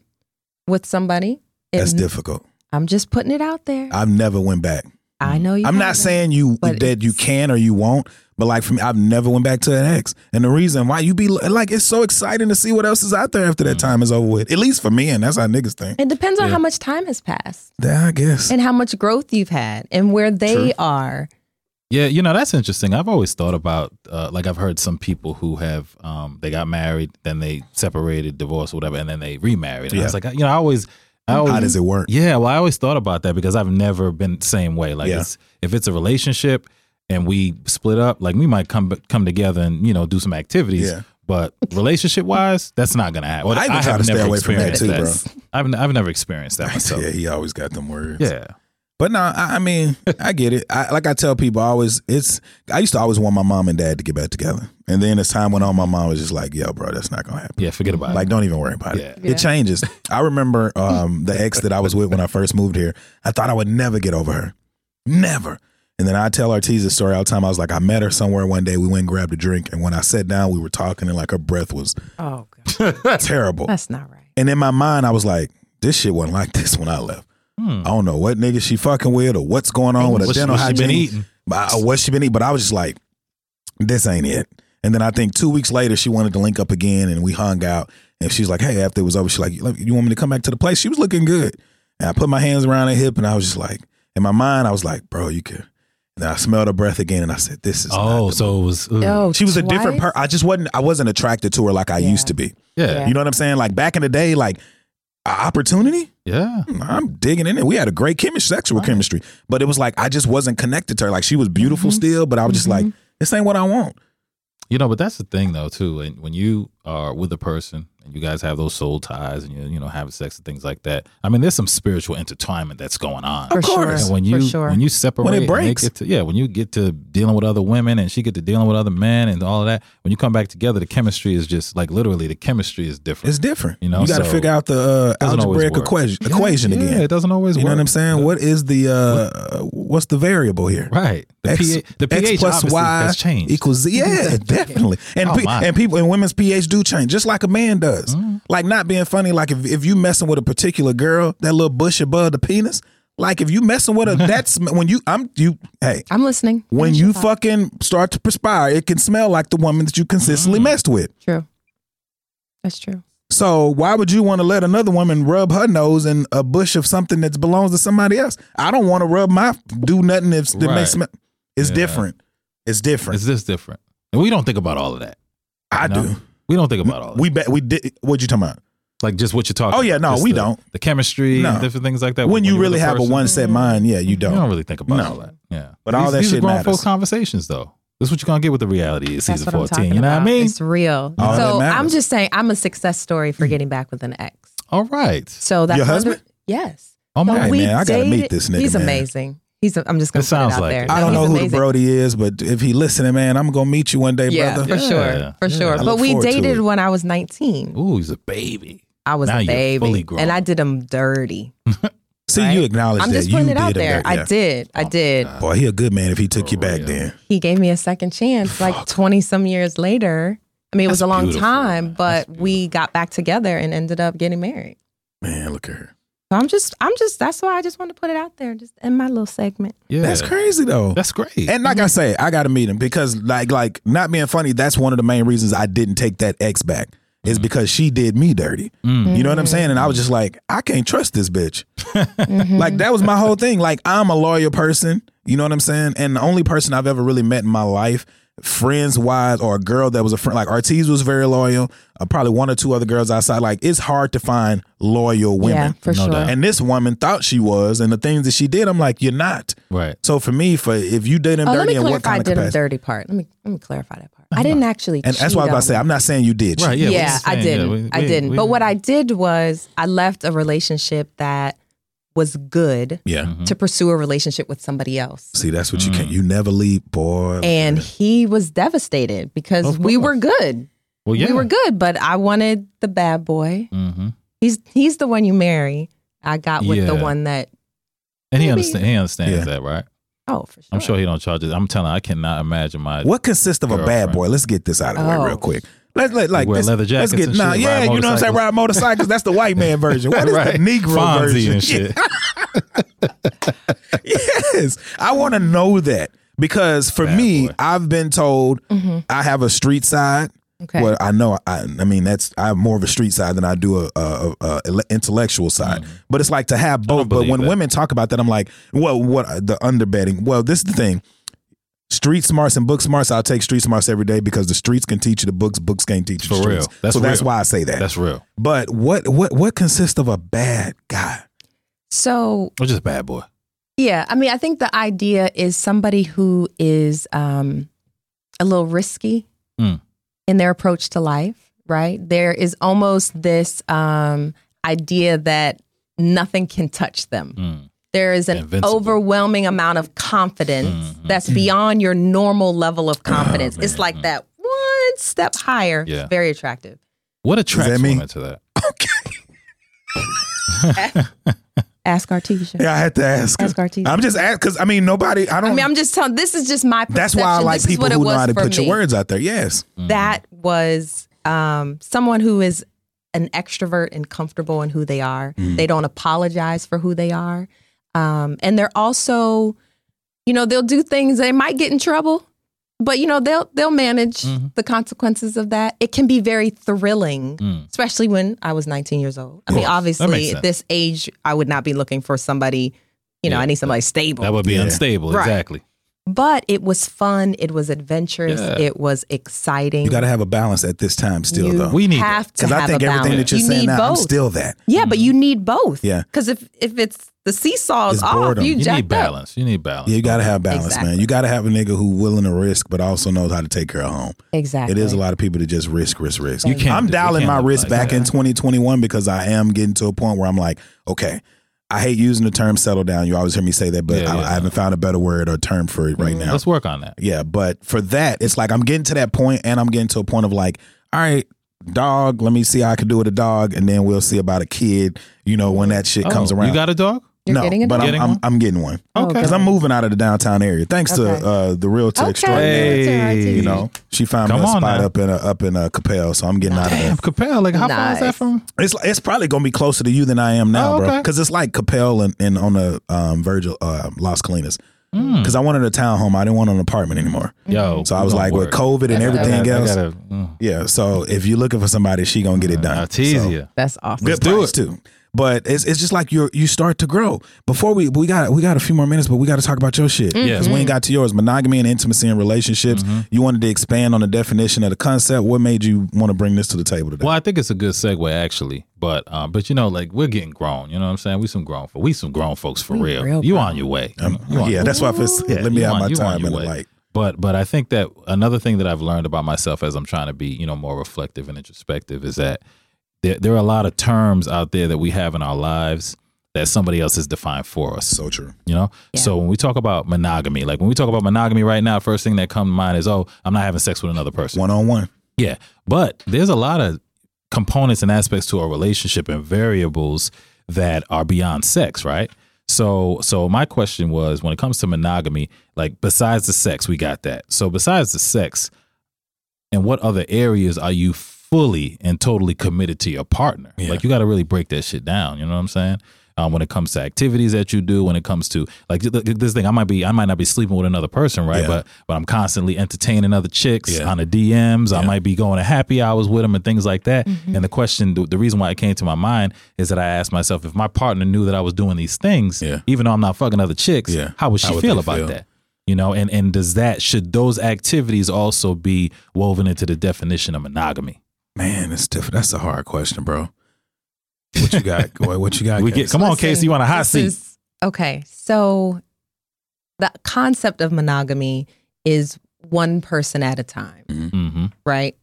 with somebody. It- that's difficult. I'm just putting it out there. I, I've never went back. know you. I'm not haven't. saying you But that you it's- can or you won't, but like for me, I've never went back to an ex, and the reason why you be like, it's so exciting to see what else is out there after Mm. that time is over with. At least for me, and that's how niggas think. It depends on how much time has passed Yeah, I guess. and how much growth you've had and where they True. are. Yeah, you know, that's interesting. I've always thought about, uh, like, I've heard some people who have, um, they got married, then they separated, divorced, whatever, and then they remarried. And I was Yeah. like, you know, I always, I always, how does it work? Yeah, well, I always thought about that because I've never been the same way. Like, Yeah. it's, if it's a relationship and we split up, like we might come come together and you know do some activities. Yeah. But relationship wise, that's not gonna happen. Well, I even try have to stay never away from that, experienced too, bro. I've n- I've never experienced that myself. Yeah, he always got them words. yeah. But no, I, I mean, I get it. I, like I tell people, I always it's. I used to always want my mom and dad to get back together, and then as time went on, my mom was just like, "Yo, bro, that's not gonna happen. Yeah, forget about Like, it. don't even worry about it. Yeah. It changes." I remember um, the ex that I was with when I first moved here. I thought I would never get over her, never. And then I tell Artesia story all the time. I was like, I met her somewhere one day. We went and grabbed a drink, and when I sat down, we were talking, and like her breath was Oh, God. terrible. That's not right. And in my mind, I was like, this shit wasn't like this when I left. I don't know what nigga she fucking with or what's going on with her Hmm. What she- dental what she been hygiene. eating. But I- What she been eating. But I was just like, this ain't it. And then I think two weeks later, she wanted to link up again and we hung out. And she's like, hey, after it was over, she's like, "Look, you want me to come back to the place? She was looking good. And I put my hands around her hip and I was just like, in my mind, I was like, bro, you could. And then I smelled her breath again and I said, this is. Oh, not the so it was. ooh. Oh, she was a different twice? person. I just wasn't. I wasn't attracted to her like I Yeah. used to be. yeah, You know what I'm saying? Like back in the day, like a opportunity. yeah. Hmm, I'm digging in it. We had a great chemistry, sexual chemistry, but it was like I just wasn't connected to her. Like she was beautiful Mm-hmm. still, but I was just like, this ain't what I want. You know, but that's the thing though too. And when you are with a person and you guys have those soul ties and you you know having sex and things like that, I mean, there's some spiritual intertwinement that's going on. For course. sure. And when for you sure. when you separate, and they breaks. get to- yeah, when you get to dealing with other women and she get to dealing with other men and all of that, when you come back together, the chemistry is just like literally the chemistry is different. It's different. You know, you got to so figure out the uh, doesn't always algebraic work. equation, Yeah, equation yeah, again. It doesn't always. You know work. what I'm saying? What is the uh, what's the variable here? Right. The X- pH, the X pH plus obviously Y has changed. equals Z. Yeah, definitely. And Oh, pe- my. Mm-hmm. and people and women's pH do change, just like a man does. Like not being funny. Like if if you messing with a particular girl, that little bush above the penis. Like if you messing with her, that's when you I'm you. Hey, I'm listening. when Finish you your thought. fucking start to perspire, it can smell like the woman that you consistently Mm. messed with. True. That's true. So why would you want to let another woman rub her nose in a bush of something that belongs to somebody else? I don't want to rub my do nothing if that Right. makes me. It's Yeah. different. It's different. It's just different, and we don't think about all of that. I you know? do. We don't think about all. That. We bet we did. What you talking about? like just what you're talking. Oh, yeah, about, no, just we the- don't. The chemistry, No. and different things like that. When, you you're with really a have a person, one Mm-hmm. set mind, yeah, you you don't. don't really think about No. all that. Yeah, But all these, that these shit are grown matters. folks conversations though. That's what you're gonna get with the reality is season That's what I'm 14. talking You know what I about. mean? It's real. All that so I'm matters. Hmm. just saying, I'm a success story for getting back with an ex. All right. So that's Your one of husband? the- yes. Oh So my. Hey, we man, I gotta meet dated- this nigga, He's man. amazing. He's. A, I'm just gonna It put it sounds out like there. it. I No, don't he's know who the amazing. Brody is, but if he listening, man, I'm gonna meet you one day, Yeah, brother. for Yeah, sure, for yeah. I sure. look But we forward to dated it. when I was 19. Ooh, he's a baby. I was Now a you're baby, fully grown. and I did him dirty. See, Right? you acknowledge I'm Oh, that just you putting it did out him there. dirty, yeah. I did. I did. Boy, he a good man if he took you back real. then. He gave me a second chance, like 20 some years later. I mean, it was That's a long beautiful, time, man. but That's we got back together and ended up getting married. Man, look at her. So I'm just, I'm just. That's why I just wanted to put it out there, just in my little segment. Yeah, That's crazy though. That's great. And like I say, I gotta meet him because like like not being funny, that's one of the main reasons I didn't take that ex back. Is because she did me dirty. You know what I'm saying? And I was just like, I can't trust this bitch. Like that was my whole thing. Like I'm a loyal person. You know what I'm saying? And the only person I've ever really met in my life friends wise or a girl that was a friend like Ortiz was very loyal. Uh, probably one or two other girls outside. Like it's hard to find loyal Yeah, women. for No sure. doubt. And this woman thought she was, and the things that she did, I'm like, you're not. Right. So for me, for if you did him Oh, let dirty me and what clarify kind of did a capacity, Uh-huh. dirty part. Let me let me clarify that part. I didn't actually. and that's why I was about to say, I'm not saying you did. Right. Right. Yeah. Yeah, we're just I saying, didn't. yeah, we- I we- didn't. we- but what I did was I left a relationship that was good Mm-hmm. Yeah. to pursue a relationship with somebody else. See, that's what you can't. You never leave, boy. And he was devastated because Of we were course. good. Well, yeah. We were good, but I wanted the bad boy. hmm He's he's the one you marry. I got with the Yeah. one that And he Maybe. understand. He understands Yeah. that, right? oh for sure. I'm sure he don't charge it. I'm telling. you, I cannot imagine my. What consists of a bad Girlfriend. boy? Let's get this out of the Oh. way real quick. Let's let like Wear this, leather let's jackets get and nah, shit, yeah, ride you know what I'm saying. motorcycles. Ride motorcycles. That's the white man version. What is Right. the Negro Fonzie version? and shit. yes, I want to know that because for Bad me, boy. I've been told I have a street side. Okay. Well, I know. I, I mean, that's I have more of a street side than I do a, a, a, a intellectual side. Mm-hmm. But it's like to have both. But believe when that. women talk about that, I'm like, well, what the underbetting? Well, this is the thing. Street smarts and book smarts. I'll take street smarts every day because the streets can teach you the books. Books can't teach you the For real. streets. That's so that's real. why I say that. That's real. but what what what consists of a bad guy? so Or just a bad boy. Yeah, I mean, I think the idea is somebody who is um, a little risky Mm. in their approach to life, right? There is almost this um, idea that nothing can touch them. Mm. There is an Invincible. overwhelming amount of confidence Mhm. that's beyond your normal level of confidence. it's like that one step higher. Ah, Mm. Yeah. Very attractive. What attracts me? women to that? Ask Artesia. Yeah, I had to ask. Ask Artesia. I'm just asking because I mean nobody. I don't. I mean, I'm just telling. This is just my. Perception. that's why I like This is people what it who know was how to for put your me. words out there. Yes. Mm-hmm. Mm. that was um, someone who is an extrovert and comfortable in who they are. Mm-hmm. They don't apologize for who they are. Um, and they're also, you know, they'll do things they might get in trouble, but you know, they'll they'll manage Mm-hmm. the consequences of that. It can be very thrilling, Mm. especially when I was 19 years old. I mean, makes obviously sense. at this age, I would not be looking for somebody, you know, Yeah, I need somebody stable. That would be Yeah. unstable. Right. Exactly. but it was fun, it was adventurous, Yeah. it was exciting. You got to have a balance at this time still, You though. We need have to Because I have think a balance. everything that you're you saying need now, I'm both. still that. yeah, but you need both. Yeah. because if if it's the seesaw is It's off, boredom. you, You jacked need balance. You need balance. Yeah, you gotta have balance, man. Exactly. You gotta have a nigga who willing to risk, but also knows how to take care of home. Up. Exactly. It is a lot of people that just risk, risk, risk. You can't I'm do- you dialing can't my live risk like back that. in 2021 because I am getting to a point where I'm like, okay, I hate using the term settle down. You always hear me say that, but Yeah, I, Mm, yeah. I haven't found a better word or term for it right now. Let's work on that. Yeah, but for that, it's like I'm getting to that point, and I'm getting to a point of like, all right, dog, let me see how I can do with a dog, and then we'll see about a kid. You know, when that shit Oh, comes around. You got a dog? You're no, getting a but dog? I'm, Getting I'm, one? I'm getting one. Oh, Okay. good. Because I'm moving out of the downtown area, thanks Okay. to uh, the realtor Okay. extraordinaire. Hey. You know, she found me Come a on spot now. Oh, up in a, up in a Capel, so I'm getting out of there. Damn, Capel. Like, how far is that Nice. from? It's it's probably gonna be closer to you than I am now, Oh, bro. okay. Because it's like Capel and, and on the um, Virgil uh, Las Colinas. Hmm. Because I wanted a townhome, I didn't want an apartment anymore. Yo. So I was we gonna like, with work. COVID and I gotta- everything I else, gotta- mm. yeah. So if you're looking for somebody, she gonna get Uh, it done. So- Artesia. That's awesome. good do price it. too. But it's it's just like you you start to grow. Before we we got we got a few more minutes, but we got to talk about your shit. Yeah. because we ain't got to yours. Monogamy and intimacy in relationships. Mm-hmm. You wanted to expand on the definition of the concept. What made you want to bring this to the table today? Well, I think it's a good segue actually, but um, but you know, like we're getting grown. You know what I'm saying? We some grown, fo- we some grown folks for real. real You grown. on your way? You on Um, yeah, that's why I first, Yeah, let me you have on- my you on time your in the way. light. But but I think that another thing that I've learned about myself as I'm trying to be, you know, more reflective and introspective is that there, there are a lot of terms out there that we have in our lives that somebody else has defined for us. So true. You know? So when we talk about monogamy, like when we talk about monogamy right now, first thing that comes to mind is, oh, I'm not having sex with another person. One on one. Yeah, but there's a lot of components and aspects to a relationship and variables that are beyond sex, right? So, so my question was, when it comes to monogamy, like besides the sex, we got that. So, besides the sex, and what other areas are you fully and totally committed to your partner? Like, you got to really break that shit down. You know what I'm saying? Um, when it comes to activities that you do, when it comes to like th- th- this thing, I might be, I might not be sleeping with another person, right? Yeah. But but I'm constantly entertaining other chicks Yeah. on the DMs. I might be going to happy hours with them and things like that. Mm-hmm. And the question, the, the reason why it came to my mind is that I asked myself if my partner knew that I was doing these things, Yeah. even though I'm not fucking other chicks, Yeah. how would she How would feel they about feel? that? You know, and and does that should those activities also be woven into the definition of monogamy? Man, it's different. That's a hard question, bro. What you got? What- what you got? We get Casey? come on, Listen, Casey, you on a hot this seat? is- okay, so the concept of monogamy is one person at a time, Mm-hmm. right?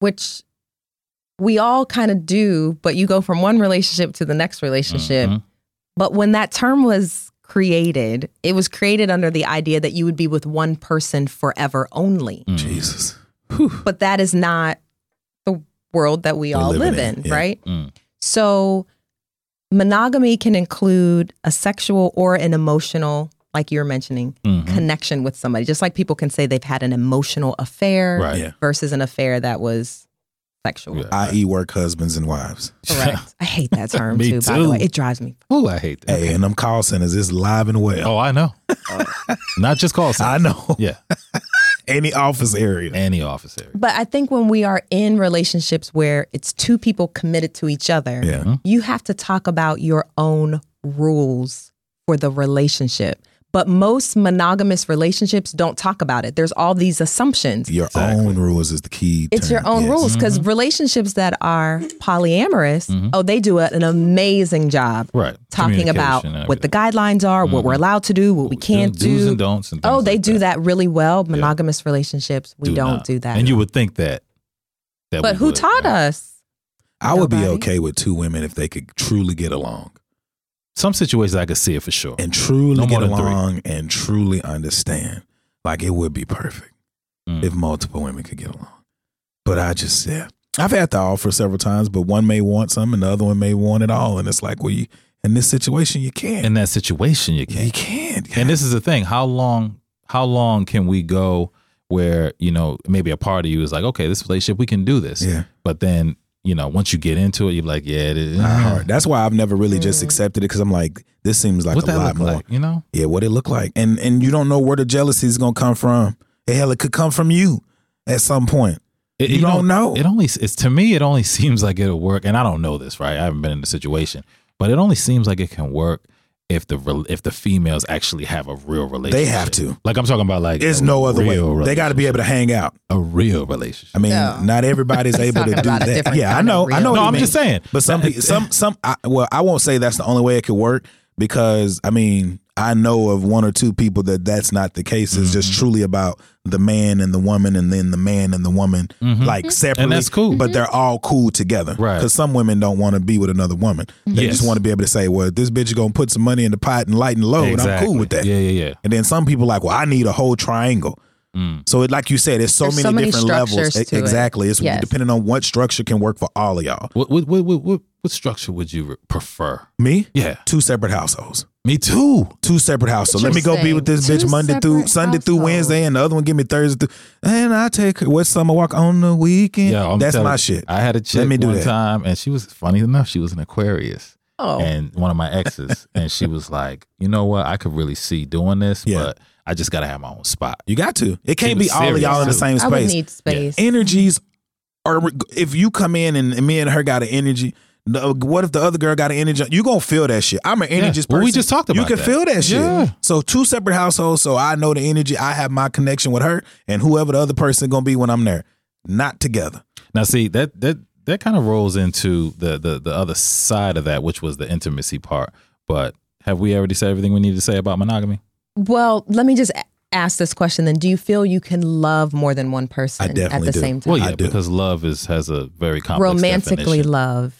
Which we all kind of do, but you go from one relationship to the next relationship. Mhm. But when that term was created, it was created under the idea that you would be with one person forever only. Mm. Jesus. But that is not the world that we We all live live, in it, in, yeah. right? Mm. So monogamy can include a sexual or an emotional, like you were mentioning, Mhm. connection with somebody. Just like people can say they've had an emotional affair Right. Yeah. versus an affair that was sexual. Yeah. I.e., work husbands and wives. Correct. I hate that term Me too, by the too. way. It drives me. Ooh, I hate that. Hey, and them call centers is live and well. Oh, I know. Not just call I centers. know. Yeah, Any office area. any office area. But I think when we are in relationships where it's two people committed to each other, Yeah. you have to talk about your own rules for the relationship. But most monogamous relationships don't talk about it. There's all these assumptions. Your own rules is the key. It's your term. own Yes. rules because relationships that are Mm-hmm. polyamorous, oh, they do an amazing job Right. talking about Communication and what the everything. guidelines are, what we're allowed to do, what we can't Do- Mm-hmm. Oh, do's do. and don'ts and oh, things they like do that. really well. Monogamous relationships, we Do not not. do that. And you would think that. that but we who would, taught right? us? I would be Nobody. okay with two women if they could truly get along Some situations I could see it for sure. and truly No get more than three. along and truly understand. Like it would be perfect Mm. if multiple women could get along. But I just yeah, I've had the offer several times, but one may want some and the other one may want it all, and it's like well, you in this situation you can't. in that situation, you you can't. can't. And this is the thing: how long? How long can we go where you know maybe a part of you is like, okay, this relationship we can do this, Yeah. but then you know once you get into it, you're like, yeah, it is. Not hard. That's why I've never really Mm. just accepted it because I'm like, this seems like what a that lot look more. like? You know, Yeah, what it look like, and and you don't know where the jealousy is gonna come from. Hell, it could come from you at some point. It- You don't know. It only it's to me. It only seems like it'll work, and I don't know this, right? I haven't been in the situation, but it only seems like it can work if the rel- if the females actually have a real relationship. They have to. Like I'm talking about, like There's a no other real way. They got to be able to hang out. relationship. a real relationship. I mean, not everybody's able to talking do about a that. different Yeah, I kind know. of I know. real. what no, you I'm mean. just saying. But some, pe- some, some. I, well, I won't say that's the only way it could work because I mean, I know of one or two people that that's not the case. It's just Mm-hmm. truly about the man and the woman, and then the man and the woman Mhm. like separately. And that's cool. But they're all cool together, Right. Because some women don't want to be with another woman. They Yes. just want to be able to say, "Well, this bitch is gonna put some money in the pot and lighten the load. I'm cool with that." Yeah, yeah, yeah. And then some people like, well, I need a whole triangle. Mm. So it, like you said, it's so There's many so many different levels. structures E- to it. exactly. It's Yes. depending on what structure can work for all of y'all. What what what what, what, what structure would you re- prefer? Me, Yeah, two separate households. me too. Two separate households. Let me go be with this bitch Interesting. Two Monday through separate Sunday through households. Wednesday, and the other one give me Thursday through. And I take her West Summer Walk on the weekend. Yeah, I'm That's telling my you, shit. I had a chick Let me do one that. time, and she was funny enough. She was an Aquarius. Oh, and one of my exes, and she was like, "You know what? I could really see doing this, Yeah. but I just gotta have my own spot." you got to. It can't was be all of serious, y'all in the too. same I would space. need space. energies are if you come in and, and me and her got an energy the- what if the other girl got an energy you gonna feel that shit i'm an energy person Well, we just talked you about can that. feel that shit Yeah. so two separate households so i know the energy i have my connection with her and whoever the other person gonna be when i'm there not together Now, see that that that kind of rolls into the the the other side of that, which was the intimacy part. But have we already said everything we need to say about monogamy? Well, let me just a- ask this question then. Do you feel you can love more than one person I at definitely the do. same time? Well, yeah, I do. because love is has a very complex Romantically definition. love.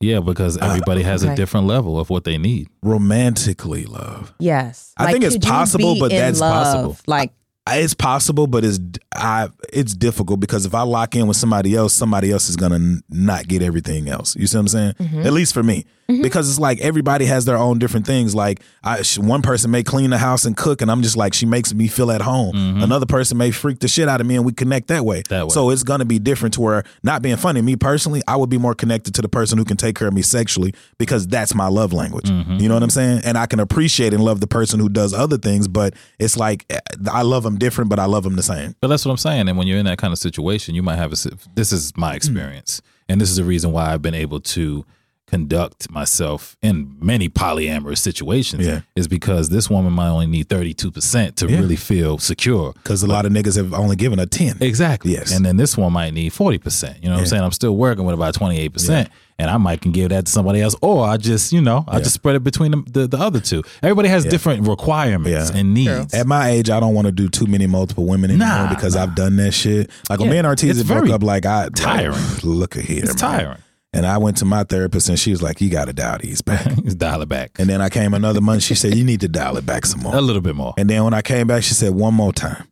Yeah, because everybody has a okay. different level of what they need. romantically love Yes. I think it's could you possible, be but in that's love? possible. Like it's possible but it's i it's difficult because if i lock in with somebody else somebody else is gonna n- not get everything else you see what i'm saying at least for me because it's like everybody has their own different things like I, sh- one person may clean the house and cook and i'm just like she makes me feel at home another person may freak the shit out of me and we connect that way. That way. so it's gonna be different to where not being funny me personally i would be more connected to the person who can take care of me sexually because that's my love language Mm-hmm. you know what i'm saying and i can appreciate and love the person who does other things but it's like eh, i love them different but i love them the same But that's what I'm saying. And when you're in that kind Mm. of situation, you might have a. si- This is my experience, and this is the reason why I've been able to conduct myself in many polyamorous situations Yeah. is because this woman might only need 32% to Yeah. really feel secure. Because a lot of niggas have only given a 10. Exactly. Yes. And then this one might need 40%. You know what I'm Yeah. saying? I'm still working with about 28%. And I might can give that to somebody else. Or I just, you know, I Yeah. just spread it between the, the, the other two. Everybody has different requirements Yeah. and needs. At my age, I don't want to do too many multiple women anymore Nah, because I've done that shit. Like when me and it's Arteezy broke very up, like I tiring. like, look at here, It's man. tiring. And I went to my therapist, and she was like, "You got to dial these back." Just dial it back. and then I came another month. She said, "You need to dial it back some more." a little bit more. And then when I came back, she said one more time.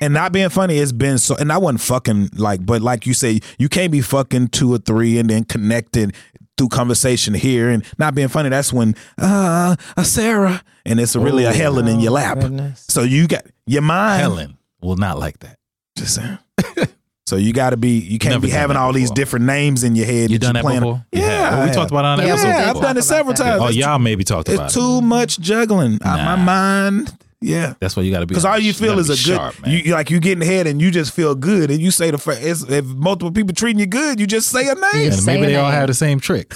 and not being funny, it's been so. And I wasn't fucking like, but like you say, you can't be fucking two or three and then connected through conversation here and not being funny. That's when uh, a Sarah and it's really Oh, a Helen in your oh, lap. So you got your mind. Helen will not like that. Just saying. so you got to be. You can't Never be done having that all these before. different names in your head. You that done that playing- before? You Yeah, have. Well, I we talked have. about it on the Yeah, episode. we Yeah, I've before. done it several Talked about times. Oh, It's y'all maybe talked about it's it. too much juggling. I- Nah. my mind, yeah. That's why you got to be. Because on all the you sh- feel gotta is be a sharp, good, man. you you- like you getting head and you just feel good and you say the fact if multiple people treating you good, you just say a name. and maybe saying they all that. have the same trick.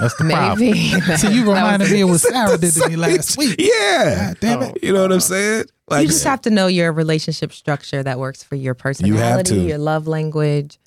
That's the problem. Maybe. See, you reminded me of what Sarah did to me last week. Yeah, damn it, you know Uh, what I'm saying? Like you just have to know your relationship structure that works for your personality, to. your love language,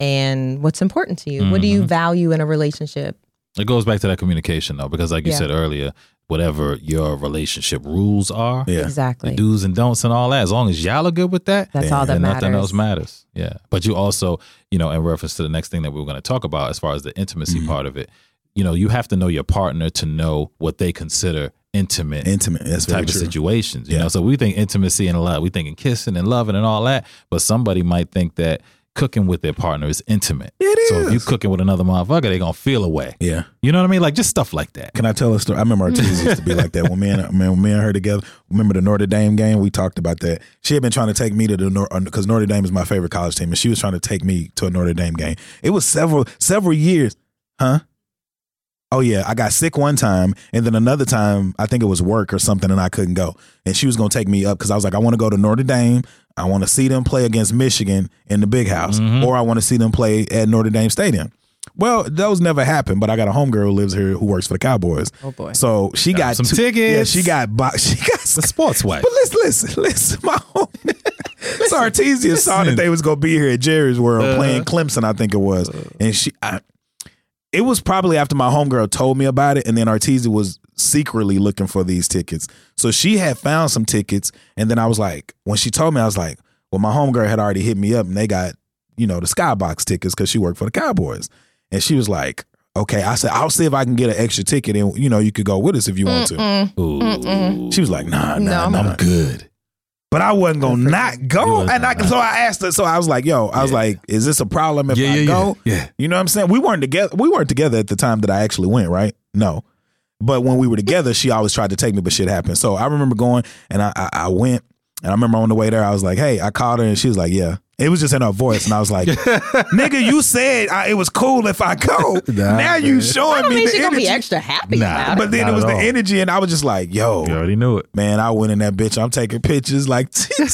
and what's important to you. What do you Mm-hmm. value in a relationship? It goes back to that communication though, because like you Yeah. said earlier, whatever your relationship rules are, yeah, the Exactly. do's and don'ts and all that, as long as y'all are good with that, That's all that then matters. nothing else matters. Yeah. But you also, you know, in reference to the next thing that we were going to talk about as far as the intimacy Mm-hmm. part of it, you know, you have to know your partner to know what they consider intimate intimate. That's very type of true. situations. You Yeah. know, so we think intimacy and a lot, we thinking kissing and loving and all that, but somebody might think that cooking with their partner is intimate. It So if you is. cooking with another motherfucker, they gonna feel away. Yeah. You know what I mean? Like just stuff like that. Can I tell a story? I remember Arteezy used to be like that when me and when me and her together. Remember the Notre Dame game? We talked about that. She had been trying to take me to the because Notre Dame is my favorite college team, and she was trying to take me to a Notre Dame game. It was several several years, huh? Oh yeah, I got sick one time, and then another time I think it was work or something, and I couldn't go. And she was gonna take me up because I was like, I want to go to Notre Dame. I want to see them play against Michigan in the Big House, or I want to see them play at Notre Dame Stadium. Well, those never happened, but I got a homegirl who lives here who works for the Cowboys. Oh boy! So she got, some two- Yeah, tickets. she got bo- she got The sports wife. But listen, listen, listen, my home. So Artesia saw that they was gonna be here at Jerry's World Uh-huh. playing Clemson, I think it was, Uh. and she. I, it was probably after my homegirl told me about it, and then Arteezy was secretly looking for these tickets. So she had found some tickets, and then I was like, when she told me, I was like, well, my homegirl had already hit me up, and they got, you know, the skybox tickets because she worked for the Cowboys, and she was like, okay, I said, I'll see if I can get an extra ticket, and you know, you could go with us if you want Ooh. to. She was like, nah, nah, No. nah, I'm good. but I wasn't gonna not go, wasn't and I, gonna so I asked her. So I was like, "Yo, I was Yeah. like, is this a problem if Yeah, I yeah, go? yeah, yeah. You know what I'm saying? We weren't together. We weren't together at the time that I actually went, right? No, but when we were together, she always tried to take me, but shit happened. So I remember going, and I, I, I went, and I remember on the way there, I was like, "Hey," I called her, and she was like, "Yeah." It was just in her voice, and I was like, "Nigga, you said I, it was cool if I go. Nah, now you showing I me mean, the she's gonna be energy." extra happy Nah. about it. But then Not it was at the all. energy, and I was just like, "Yo, You already knew it. Man, I went in that bitch. I'm taking pictures. Like,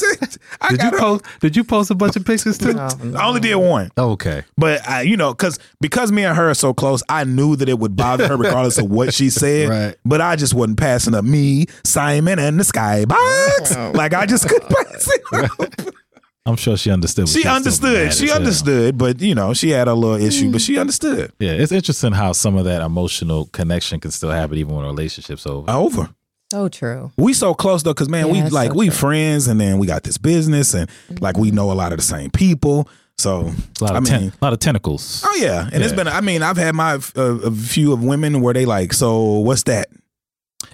I Did you got a- post did you post a bunch of pictures too? I only did one, Okay. but I, you know, because because me and her are so close, I knew that it would bother her regardless of what she said. Right. But I just wasn't passing up me, Simon, and the skybox. Oh. like I just couldn't pass it. up. I'm sure she understood. but she she's still mad understood. as She hell. understood, but you know, she had a little issue, but she understood. Yeah, it's interesting how some of that emotional connection can still happen even when a relationship's over. Over. so true. We so close though, cause man, Yeah, we it's like so we true. friends, and then we got this business, and like we know a lot of the same people. So a lot of I mean, ten- a lot of tentacles. Oh yeah, and it's Yeah. been. I mean, I've had my uh, a few of women where they like, so what's that?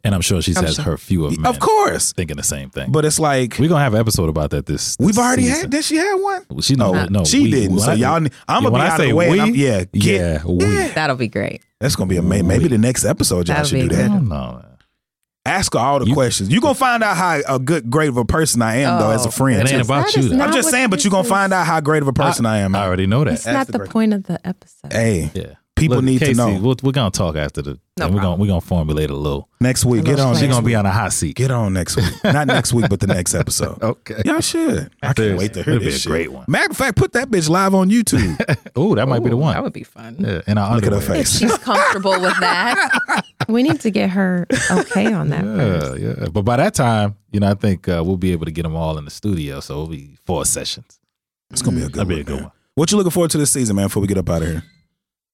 And I'm sure she says her few of men Of course, thinking the same thing. but it's like We're gonna have an episode about that this, we've this already season. had. Did she have one? Well, She no, Oh, no, she we- didn't. when So I- y'all, I'm gonna be when I out of say the way. and we, I'm- yeah, get- yeah, we. That'll be great. That's gonna be amazing. Maybe the next episode y'all That'll should do be I that. don't know. Ask her all the You- questions. You gonna find out how a good, great of a person I am though as a Oh, friend. It ain't too. about That you, is though. not I'm just what saying, but this you gonna is. find out how great of a person I, am. I already know that. It's not the the question. point of the episode. Hey, Yeah, people Look, need Casey, to know. We're, we're gonna talk after the. No and we're gonna problem. we're gonna formulate a little. Next week, get on. She's next gonna be week. on a hot seat. Get on next week. Not next week, but the next episode. Okay. Y'all should. I can't Seriously. wait to hear It'll be this. a shit. great one. Matter of fact, put that bitch live on YouTube. Oh, that might be the one. That would be fun. yeah, in our Look at her underwear. If face. she's comfortable with that, we need to get her okay on that. Yeah, yeah. But by that time, you know, I think uh, we'll be able to get them all in the studio. So it'll be four sessions. It's gonna be a good That'd one. be a good man. one. What you looking forward to this season, man? Before we get up out of here,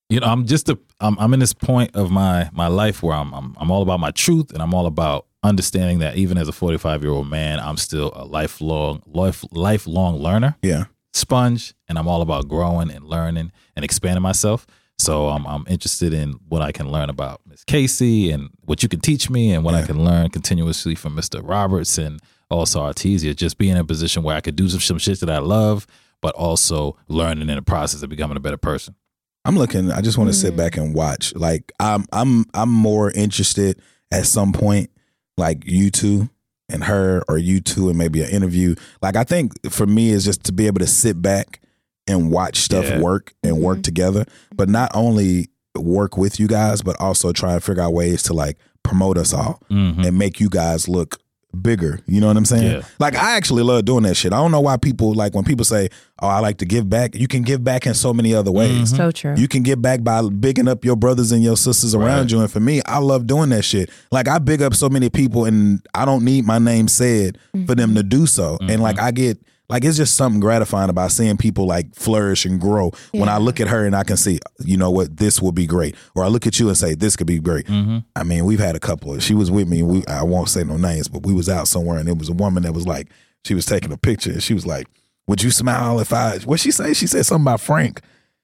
You know, I'm just a, I'm, I'm in this point of my my life where I'm, I'm I'm all about my truth and I'm all about understanding that even as a 45 year old man, I'm still a lifelong life lifelong learner, yeah. sponge, and I'm all about growing and learning and expanding myself. So I'm I'm interested in what I can learn about Miss Casey and what you can teach me and what I Yeah. can learn continuously from Mr. Roberts and also Artesia. Just being in a position where I could do some, some shit that I love, but also learning in the process of becoming a better person. I'm looking. I just want to sit back and watch. Like I'm, I'm, I'm more interested at some point, like you two and her, or you two and maybe an interview. Like I think for me is just to be able to sit back and watch stuff Yeah. work and work together. But not only work with you guys, but also try and figure out ways to like promote us all Mm-hmm. and make you guys look bigger. You know what I'm saying? Yeah. Like I actually love doing that shit. I don't know why people like when people say, "Oh, I like to give back." You can give back in so many other ways. So true. You can get back by bigging up your brothers and your sisters around Right. you. And for me, I love doing that shit. Like I big up so many people and I don't need my name said for them to do so. And like I get like it's just something gratifying about seeing people like flourish and grow. When I look at her and I can see, you know what, this will be great. Or I look at you and say, this could be great. I mean, we've had a couple. Of, she was with me. We, I won't say no names, but we was out somewhere and it was a woman that was like, she was taking a picture and she was like, would you smile if I? What she say? She said something about Frank.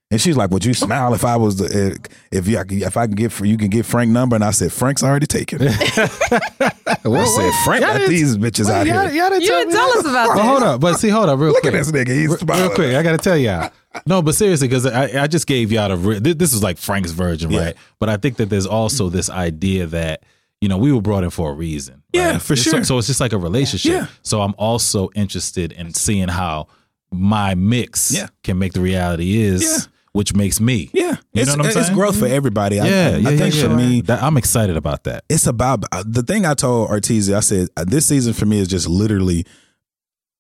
And she's like, "Would you smile if I was the, eh, if you if I can get you can get Frank number?" And I said, "Frank's already taken." I said, "Frank got these bitches out here." You didn't tell us about But this. hold up, but see, hold up, real Look quick. at this nigga. He's Re- smiling. Real quick, eh? I gotta tell y'all. No, but seriously, because I, I just gave y'all the re- thi- this is like Frank's version, Yeah. right? But I think that there's also this idea that you know we were brought in for a reason. right? Yeah, for It's so- sure. So, it's just like a relationship. Yeah. So I'm also interested in seeing how my mix Yeah. can make the reality is, Yeah. which makes me. Yeah, you it's, know what I'm it's saying? growth for everybody. I, Yeah, I yeah, think yeah, for yeah. me, That- I'm excited about that. it's about uh, the thing I told Artesia. I said uh, this season for me is just literally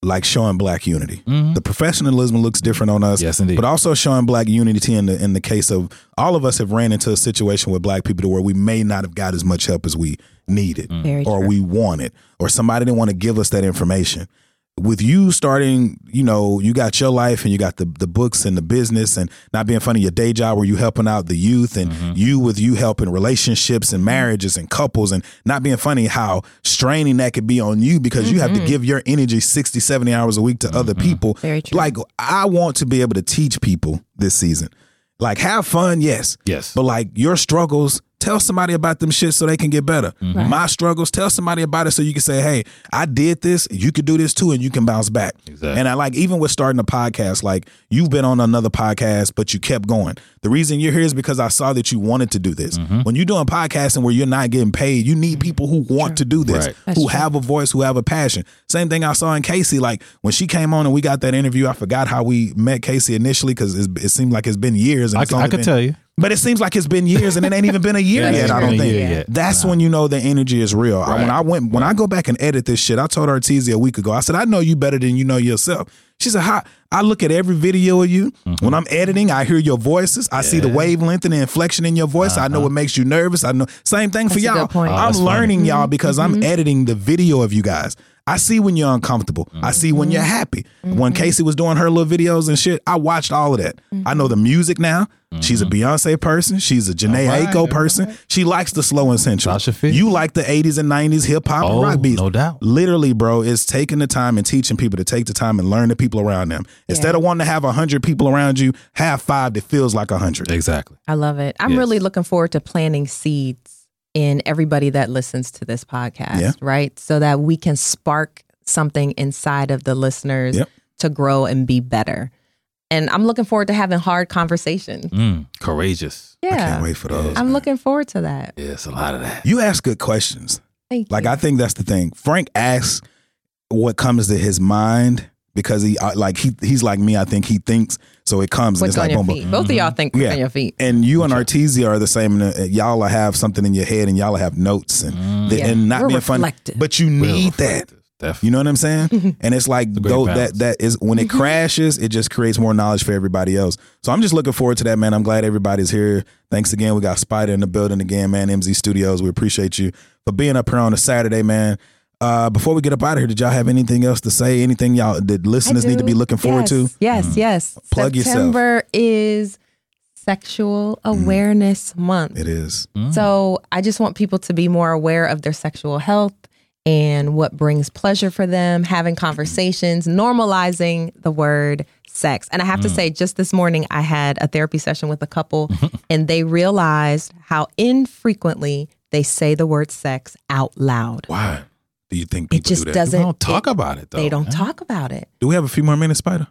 like showing black unity. The professionalism looks different on us, Mm-hmm. Yes, indeed. but also showing black unity in the in the case of all of us have ran into a situation with black people to where we may not have got as much help as we needed Very or we wanted, or somebody didn't want to give us that information. With you starting, you know, you got your life and you got the the books and the business and not being funny your day job where you helping out the youth and you with you helping relationships and marriages and couples and not being funny how straining that could be on you because you have to give your energy 60, 70 hours a week to other people. Mm-hmm. Very true. Like I want to be able to teach people this season. Like have fun, yes. Yes. But like your struggles, tell somebody about them shit so they can get better. Mm-hmm. My struggles, tell somebody about it so you can say, hey, I did this, you could do this too, and you can bounce back. Exactly. And I like even with starting a podcast, like you've been on another podcast, but you kept going. The reason you're here is because I saw that you wanted to do this. Mm-hmm. When you're doing podcasting where you're not getting paid, you need people who want to do this, Right. who have a voice, who have a passion. Same thing I saw in Casey. Like when she came on and we got that interview, I forgot how we met Casey initially because it seemed like it's been years. And I, it's c- I only could been- tell you. but it seems like it's been years and it ain't even been a year Yeah, it yet, ain't I been don't a think. year yet. That's when you know the energy is real. I- when Right. I went when I go back and edit this shit, I told Artesia a week ago, I said, I know you better than you know yourself. She said, How I look at every video of you. Mm-hmm. When I'm editing, I hear your voices. I see the wavelength and the inflection in your voice. Uh-huh. I know what makes you nervous. I know same thing for That's a y'all. good point. Mm-hmm. Oh, I'm that's funny. learning y'all because I'm editing the video of you guys. I see when you're uncomfortable. Mm-hmm. I see when Mm-hmm. you're happy. When Casey was doing her little videos and shit, I watched all of that. I know the Mm-hmm. music now. She's a Beyonce person. She's a Janae Mm-hmm. All right, all Aiko person. She likes the slow and sensual. Sasha Fierce. You like the 80s and 90s hip hop and Oh, rock beats. no doubt. Literally, bro, it's taking the time and teaching people to take the time and learn the people around them. Instead of wanting to have 100 people around you, have five that feels like 100. Exactly. I love it. I'm Yes. really looking forward to planting seeds in everybody that listens to this podcast, Yeah. right? So that we can spark something inside of the listeners Yep. to grow and be better. And I'm looking forward to having hard conversations. Mm, courageous. Yeah. I can't wait for those. I'm looking forward to that. Yeah, it's a lot of that. you ask good questions. Thank Like you. I think that's the thing. Frank asks what comes to his mind, because he I, like he he's like me. I think he thinks so. It comes and it's What's on like your boom, boom. feet? Both of y'all think what's Yeah. on your feet. And you and Artesia are the same. And uh, y'all have something in your head, and y'all have notes, Mm. and Mm. the, Yeah. and not We're being funny. reflective. But you Real need that. reflective. Def- You know what I'm saying? and it's like great though, that balance. that is when it crashes, it just creates more knowledge for everybody else. So I'm just looking forward to that, man. I'm glad everybody's here. Thanks again. We got Spider in the building again, man. MZ Studios. We appreciate you for being up here on a Saturday, man. Uh, before we get up out of here, did y'all have anything else to say? Anything y'all that listeners need to be looking forward to? Mm. Yes, Yes, yes. Plug yourself. Mm. September is Sexual Awareness Month. It is. Mm. So I just want people to be more aware of their sexual health and what brings pleasure for them, having conversations, normalizing the word sex. And I have to Mm. say, just this morning, I had a therapy session with a couple and they realized how infrequently they say the word sex out loud. Why do you think It people just do that? doesn't. People don't talk it- about it though. They don't man. talk about it. Do we have a few more minutes, Spider?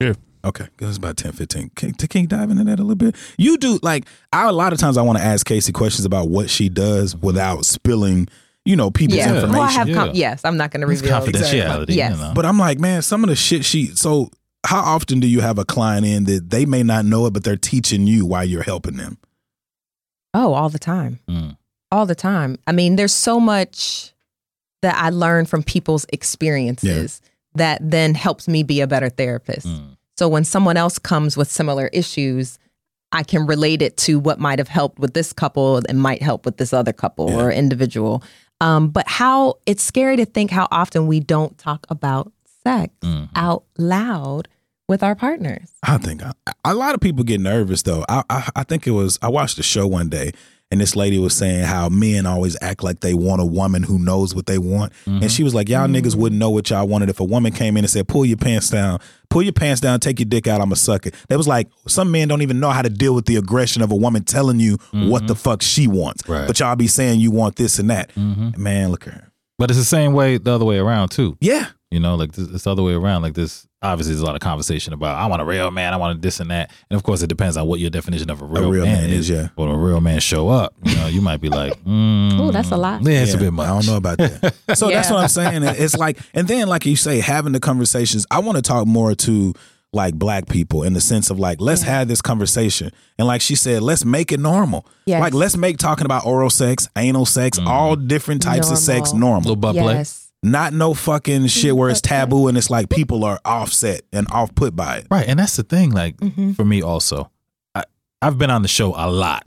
Sure. Okay, it was about 10, 15. Can, can you dive into that a little bit? You do, like, I, a lot of times I want to ask Casey questions about what she does without spilling, you know, people's Yeah. information. Well, I have. com- yeah. yes, I'm not going to It's reveal. confidentiality. Yes. You know? but I'm like, man, some of the shit she, so how often do you have a client in that they may not know it, but they're teaching you while you're helping them? Oh, all the time. Mm. All the time. I mean, there's so much that I learn from people's experiences that then helps me be a better therapist. Mm. So when someone else comes with similar issues, I can relate it to what might have helped with this couple and might help with this other couple or individual. Um, but how it's scary to think how often we don't talk about sex Mhm. Mm-hmm. out loud with our partners. I think I, a lot of people get nervous though. I, I I think it was I watched a show one day and this lady was saying how men always act like they want a woman who knows what they want, and she was like, "Y'all niggas wouldn't know what y'all wanted if a woman came in and said, pull your pants down, pull your pants down, take your dick out, I'ma suck it." They was like, some men don't even know how to deal with the aggression of a woman telling you what the fuck she wants, Right. but y'all be saying you want this and that. Mm-hmm. Man, look at her. But it's the same way the other way around too. Yeah, You know, like this, it's the other way around. Like this, obviously, there's a lot of conversation about I want a real man, I want this and that, and of course, it depends on what your definition of a real, real man, man is, is. yeah. when a real man show up, you know, you might be like, mm, Ooh, that's a lot. Yeah, it's Yeah, a bit much. I don't know about that. So that's Yeah. what I'm saying. It- It's like, and then like you say, having the conversations. I want to talk more to like black people in the sense of like, let's have this conversation. And like she said, let's make it normal. Yes. Mm. Like let's make talking about oral sex, anal sex, all different types of sex Normal. Little normal. butt yes. Not no fucking shit where it's taboo and it's like people are offset and off put by it. play, right? And that's the thing. Like Mm-hmm. Um, for me, also, I, I've been on the show a lot.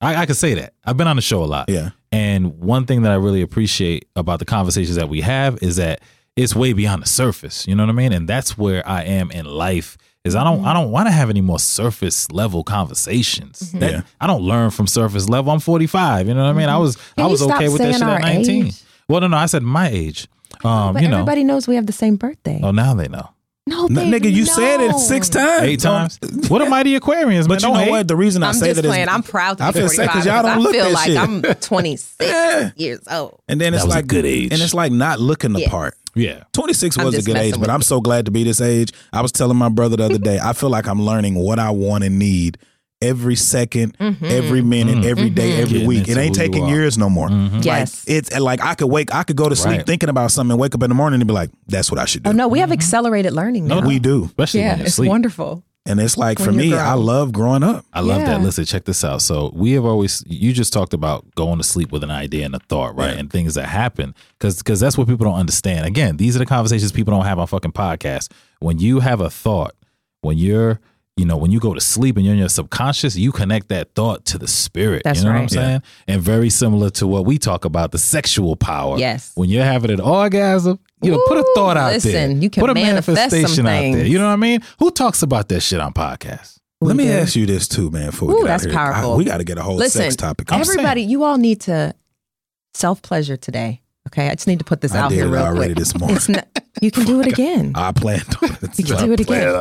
I, I could say that I've been on the show a lot. Yeah. And one thing that I really appreciate about the conversations that we have is that it's way beyond the surface. You know what I mean? And that's where I am in life. Is I Mm-hmm. don't I don't want to have any more surface level conversations. Mm-hmm. That- Yeah. I don't learn from surface level. I'm 45. You know what I mean? I was Mm-hmm. Can I you was stop okay with that saying shit our at 19. age? Well, no, no, I said my age. Um, But you know. everybody knows we have the same birthday. Oh, now they know. No, Uh, N- babe, nigga, you no. said it six times. Eight Don't- times. What a mighty Aquarians, man. But you Don't know hate. what? The reason I I'm say just that is- playing. I'm proud to I be feel 45 sad 'cause y'all because don't look I feel that like shit. I'm 26 Yeah. years old. And then That it's was a like good age. And it's like not looking the Yes. part. Yeah. 26 I'm was a just good messing age, with but I'm so glad to be this age. I was telling my brother the other day, I feel like I'm learning what I want and need every 2nd Mm-hmm. every minute, every day, every Mm-hmm. Getting week. It into ain't who you taking are. Mm-hmm. years no more. Yes. Like, it's like I could wake, I could go to sleep Right. thinking about something and wake up in the morning and be like, that's what I should do. Oh no, we have accelerated learning now. Mm-hmm. We do. Especially yeah, when you're it's asleep. wonderful. And it's like, for When me, you're I grown. love growing up. I love that. Yeah. Listen, check this out. So we have always you just talked about going to sleep with an idea and a thought, right? And things that happen because because that's what people don't understand. Again, these are the conversations people don't have on fucking podcasts. When you have a thought, when you're you know when you go to sleep and you're in your subconscious, you connect that thought to the spirit. That's you know what I'm right. saying? And very similar to what we talk about the sexual power. Yes. When you're having an orgasm, you know, put a Ooh, thought out there. listen, you can put a manifest some manifestation out there. things. You know what I mean? Who talks about that shit on podcasts? Let me do. ask you this too, man, before we Ooh, get out that's here. powerful. I- we got to get a whole Listen, sex topic. I'm everybody, you all need to self pleasure today. Okay, I just need to put this I out did here it real already quick. this morning. It's not, you can do it again. I planned on You can do it again.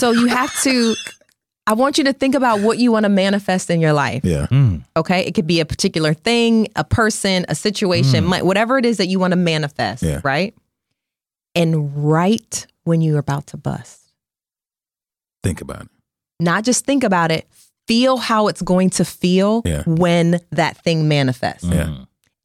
So you have to. I want you to think about what you want to manifest in your life. Yeah. Mm. Okay, it could be a particular thing, a person, a situation, mi- whatever it is that you want to manifest, Mm. Yeah. right? And right when you're about to bust, Think about it. not just think about it, feel how it's going to feel Yeah. when that thing manifests. Yeah.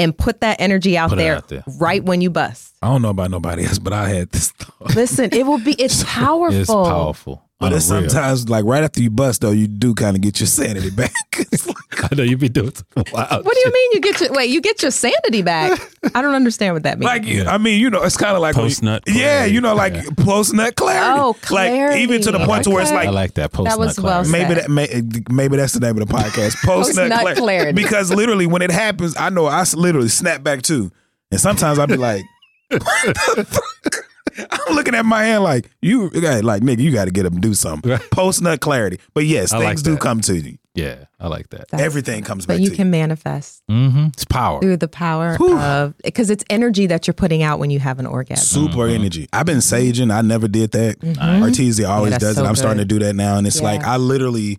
and put that energy out, Mm. Put it there, out there. right when you bust. I don't know about nobody else, but I had this thought. Listen, it will be it's powerful. It's powerful. But it's Unreal. sometimes like right after you bust though, you do kind of get your sanity back. It's like, I know you be doing some wild What do you shit. mean you get your wait, you get your sanity back? I don't understand what that means. like I mean, you know, it's kind of like when you- Post-nut Yeah, clarity. you know, like post nut clarity. Oh, Like even to the clarity. point to where it's Okay. like I like that post. That was nut well clarity. said. Maybe that may, maybe that's the name of the podcast. Post nut Post-nut clarity. clarity. Because literally, when it happens, I know I s- literally snap back too, and sometimes I'll be like, "What the fuck?" I'm looking at my hand like you, you got like nigga, you got to get up and do something. Right. Post nut clarity. But yes, I things like do that. come to you. Yeah, I like that. That's- Everything comes back But to you you. can manifest Mm-hmm. It's power. through the power of because it's energy that you're putting out when you have an orgasm. Super Mm-hmm. energy. I've been saging. I never did that. Artesia always Mm-hmm. that's does so it. I'm starting to good. do that now, and it's like I literally.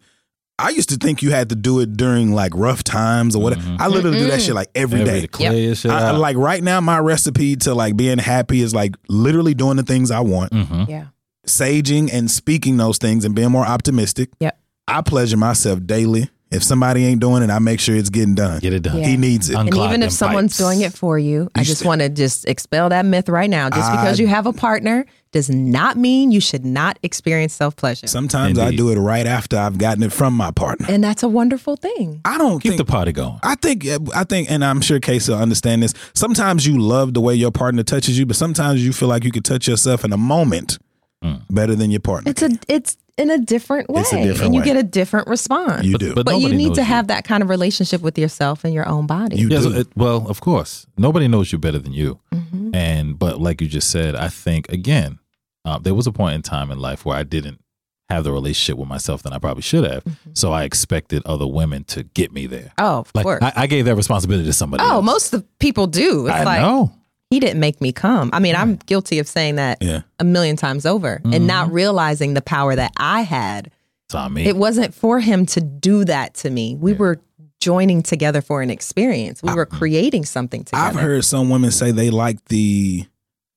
I used to think you had to do it during like rough times or whatever. I literally do that shit like every Mm-hmm. Every day. to clear your shit I, I- out. like right now, my recipe to like being happy is like literally doing the things I want, Mhm. Yeah. saging and speaking those things and being more optimistic. Yep. I pleasure myself daily. If somebody ain't doing it, I make sure it's getting done. Get it done. Yeah. He needs it. And Unclog even if them someone's pipes. doing it for you, I just want to just expel that myth right now. Just because I- you have a partner does not mean you should not experience self pleasure. Sometimes I Indeed. do it right after I've gotten it from my partner. and that's a wonderful thing. I don't keep think the party going. I think uh, I think, and I'm sure Casey will understand this. Sometimes you love the way your partner touches you, but sometimes you feel like you could touch yourself in a moment Mm. better than your partner. It's a it's in a different way. It's a different and you way. get a different response. you do, but- but you nobody need knows to you. have that kind of relationship with yourself and your own body. you Yes, do. it- well, of course, nobody knows you better than you. Mm-hmm. And but like you just said, I think again, uh, there was a point in time in life where I didn't have the relationship with myself that I probably should have. Mm-hmm. So I expected other women to get me there. oh, of Like course. I, I gave that responsibility to somebody. oh, else. most of the people do. It's I like know. he didn't make me come. I mean, I'm guilty of saying that Yeah. a million times over and not realizing the power that I had. It's on me. It wasn't for him to do that to me. We were joining together for an experience. We were creating something together. I've heard some women say they like the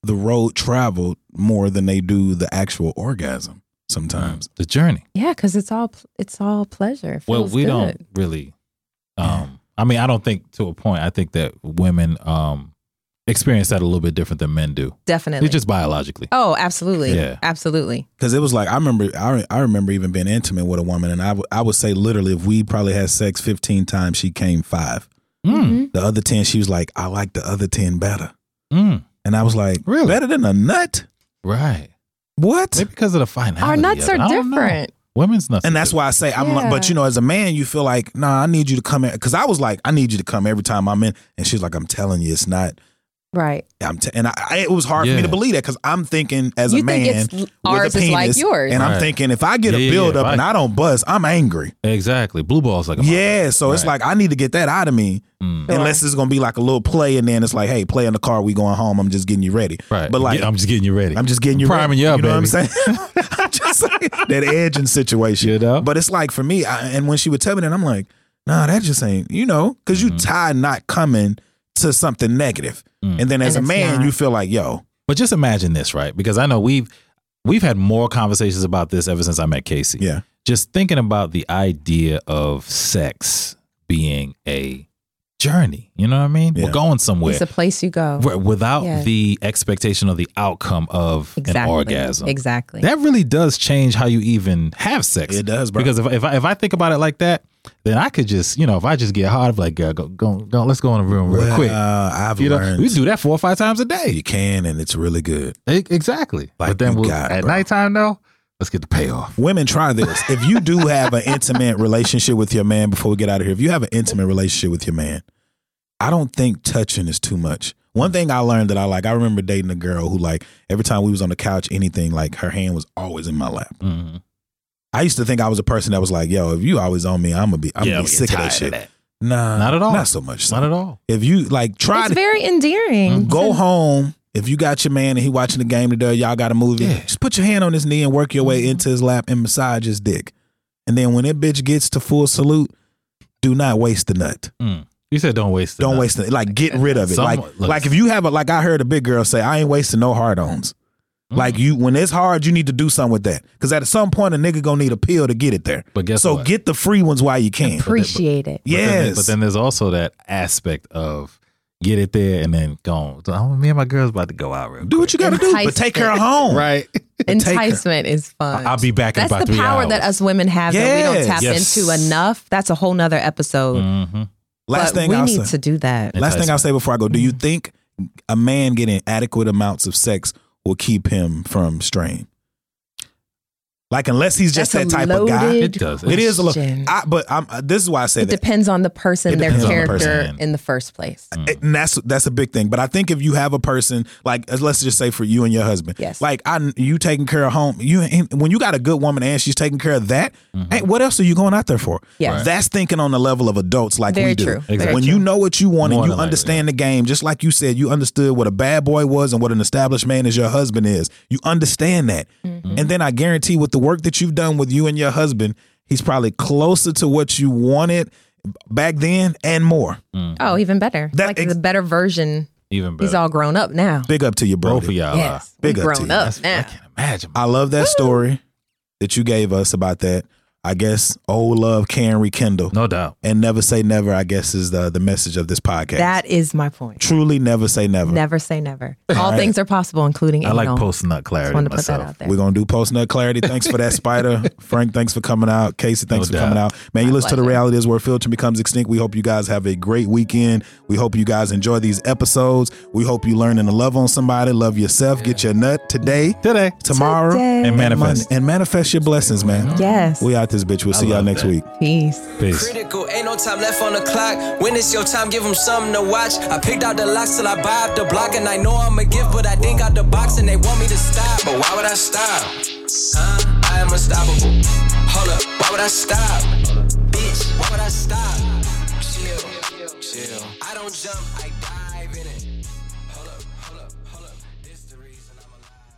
the road traveled more than they do the actual orgasm. Sometimes the journey. Yeah, because it's all it's all pleasure. It well feels we good. don't really um i mean i don't think to a point i think that women um experience that a little bit different than men do definitely. it's just biologically oh, absolutely. Yeah. absolutely. because it was like I remember I, I remember even being intimate with a woman, and I would- I would say literally if we probably had sex fifteen times, she came five. Mm-hmm. mm, The other ten, she was like, I like the other ten better, Mm-hmm. mm, and I was like, Really? better than a nut? right What? maybe because of the finality Our nuts of it. are I don't know. different. women's nuts And that's why I say I'm. like, but you know, as a man, you feel like, nah, I need you to come in because I was like, I need you to come every time I'm in, and she's like, I'm telling you, it's not. Right. I'm t- and I, I, it was hard for me Yeah. to believe that because I'm thinking as You a man think it's- with ours a is penis, like yours. and I'm Right. thinking if I get Yeah, a yeah, build yeah. up and I don't buzz, I'm angry. exactly blue balls like a Mm. Yeah, so it's like I need to get that out of me. Unless it's gonna be like a little play, and then it's like, hey, play in the car, we going home. I'm just getting you ready. right But like, Yeah, i'm just getting you ready I'm just getting you priming ready. you up know what I'm baby. saying? I'm just saying, that edging situation. You know? But it's like for me, I, and when she would tell me that, I'm like, nah, that just ain't, you know, because Mm-hmm. you tie not coming to something negative. Mm. And then as And a it's man, not. you feel like, yo, but just imagine this right because i know we've we've had more conversations about this ever since i met casey yeah, just thinking about the idea of sex being a journey. You know what I mean? Yeah. We're going somewhere It's a place you go. We're- without Yeah. the expectation of the outcome of an Exactly. orgasm. Exactly. That really does change how you even have sex. It does, bro. Because if, if I if I think about it like that, then I could just you know if I just get hard, I'm like girl, go go, go let's go in the room real well, quick. uh, I've you know, learned we do that four or five times a day. you can, and it's really good. E- Exactly. Like but then you we'll, got, at bro. nighttime though, let's get the payoff. Women, try this. If you do have an intimate relationship with your man, before we get out of here, if you have an intimate relationship with your man, I don't think touching is too much. One thing I learned that I like, I remember dating a girl who like every time we was on the couch, anything like her hand was always in my lap. Mhm. I used to think I was a person that was like, yo, if you always on me, I'm gonna be, I'm Yeah, gonna I'm be getting sick of tired that of shit. that. Nah, Not at all. Not so much. Not at all. If you like try it's to very endearing. Mm-hmm. go home, if you got your man and he watching the game today, y'all got a movie. Yeah. Mm-hmm. Just put your hand on his knee and work your way into his lap and massage his dick. And then when that bitch gets to full salute, do not waste the nut. Mm. You said don't waste. the Don't nut. waste it. Like get rid of it. Some- like look- like if you have a like I heard a big girl say, I ain't wasting no hard ons. Mm. Like you when it's hard, you need to do something with that. Cause at some point a nigga gonna need a pill to get it there. But guess so what? get the free ones while you can. Appreciate it. But then- Yes. But then, there's also that aspect of, get it there, and then gone. So I'm- me and my girl's about to go out real Do quick. what you gotta do, but take her home. Right. Enticement is fun. I'll be back in That's about the three power hours. that us women have that we Yes. don't tap Yes. into enough. That's a whole nother episode. Mm-hmm. Last but thing we I'll need say. to do that. Last thing I'll say before I go, do you think a man getting adequate amounts of sex will keep him from straying? Like unless he's just That's a that type of guy. loaded It does. It is a look. question. I, but I'm, uh, this is why I say It that. depends on the person, It their depends on the character person. in the first place. mm, And that's that's a big thing. But I think if you have a person like as- let's just say for you and your husband, Yes. like I, you taking care of home, you ain't- when you got a good woman and she's taking care of that, Mm-hmm. hey, what else are you going out there for? Yes. Right. that's thinking on the level of adults like we Very do. true. Exactly. When you know what you want More and than you likely, understand the game, just like you said, you understood what a bad boy was and what an established man as your husband is. You understand that, Mm-hmm. and then I guarantee with the work that you've done with you and your husband, he's probably closer to what you wanted back then and more. Mm-hmm. Oh, even better. That like ex- the better version. Even better. He's all grown up now. Big up to you, bro. Both of y'all. yes. big we up to grown you. up uh, That's- I now. can't imagine. I love that story that you gave us about that. I guess old love can rekindle. No doubt. And never say never, I guess, is the, the message of this podcast. That is my point. Truly never say never. Never say never. All things are possible, including I like anal. posting that clarity Just wanted to put that myself. out there. We're going to do Post Nut Clarity. Thanks for that, Spider. Frank, thanks for coming out. Casey, thanks No for coming doubt. out. Man, you listen to The Reality is Where Filter Becomes Extinct. We hope you guys have a great weekend. We hope you guys enjoy these episodes. We hope you learning to love on somebody, love yourself, get your nut today, Today. tomorrow, Today. And Mon- manifest. And manifest your blessings, man. Yes. We out this bitch. We'll I see y'all love next that. week. Peace. Peace. Critical, ain't no time left on the clock. When it's your time, give them something to watch. I picked out the locks till I buy up the block, and I know I'm a gift, but I think out the box, and they want me to stop. But why would I stop? Huh? I am unstoppable. Hold up, why would I stop? Bitch, why would I stop? Chill, chill. I don't jump, I dive in it. Hold up, hold up, hold up. This the reason I'm alive.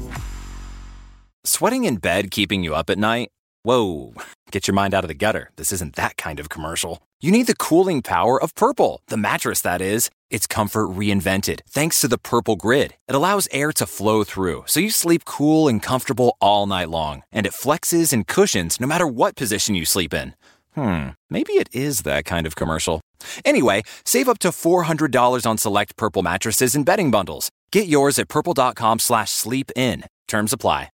Sweating in bed keeping you up at night? Whoa. Get your mind out of the gutter. This isn't that kind of commercial. You need the cooling power of Purple, the mattress that is. It's comfort reinvented thanks to the Purple Grid. It allows air to flow through so you sleep cool and comfortable all night long, and it flexes and cushions no matter what position you sleep in. Hmm, maybe it is that kind of commercial. Anyway, save up to $400 on select Purple mattresses and bedding bundles. Get yours at purple.com/sleep in. Terms apply.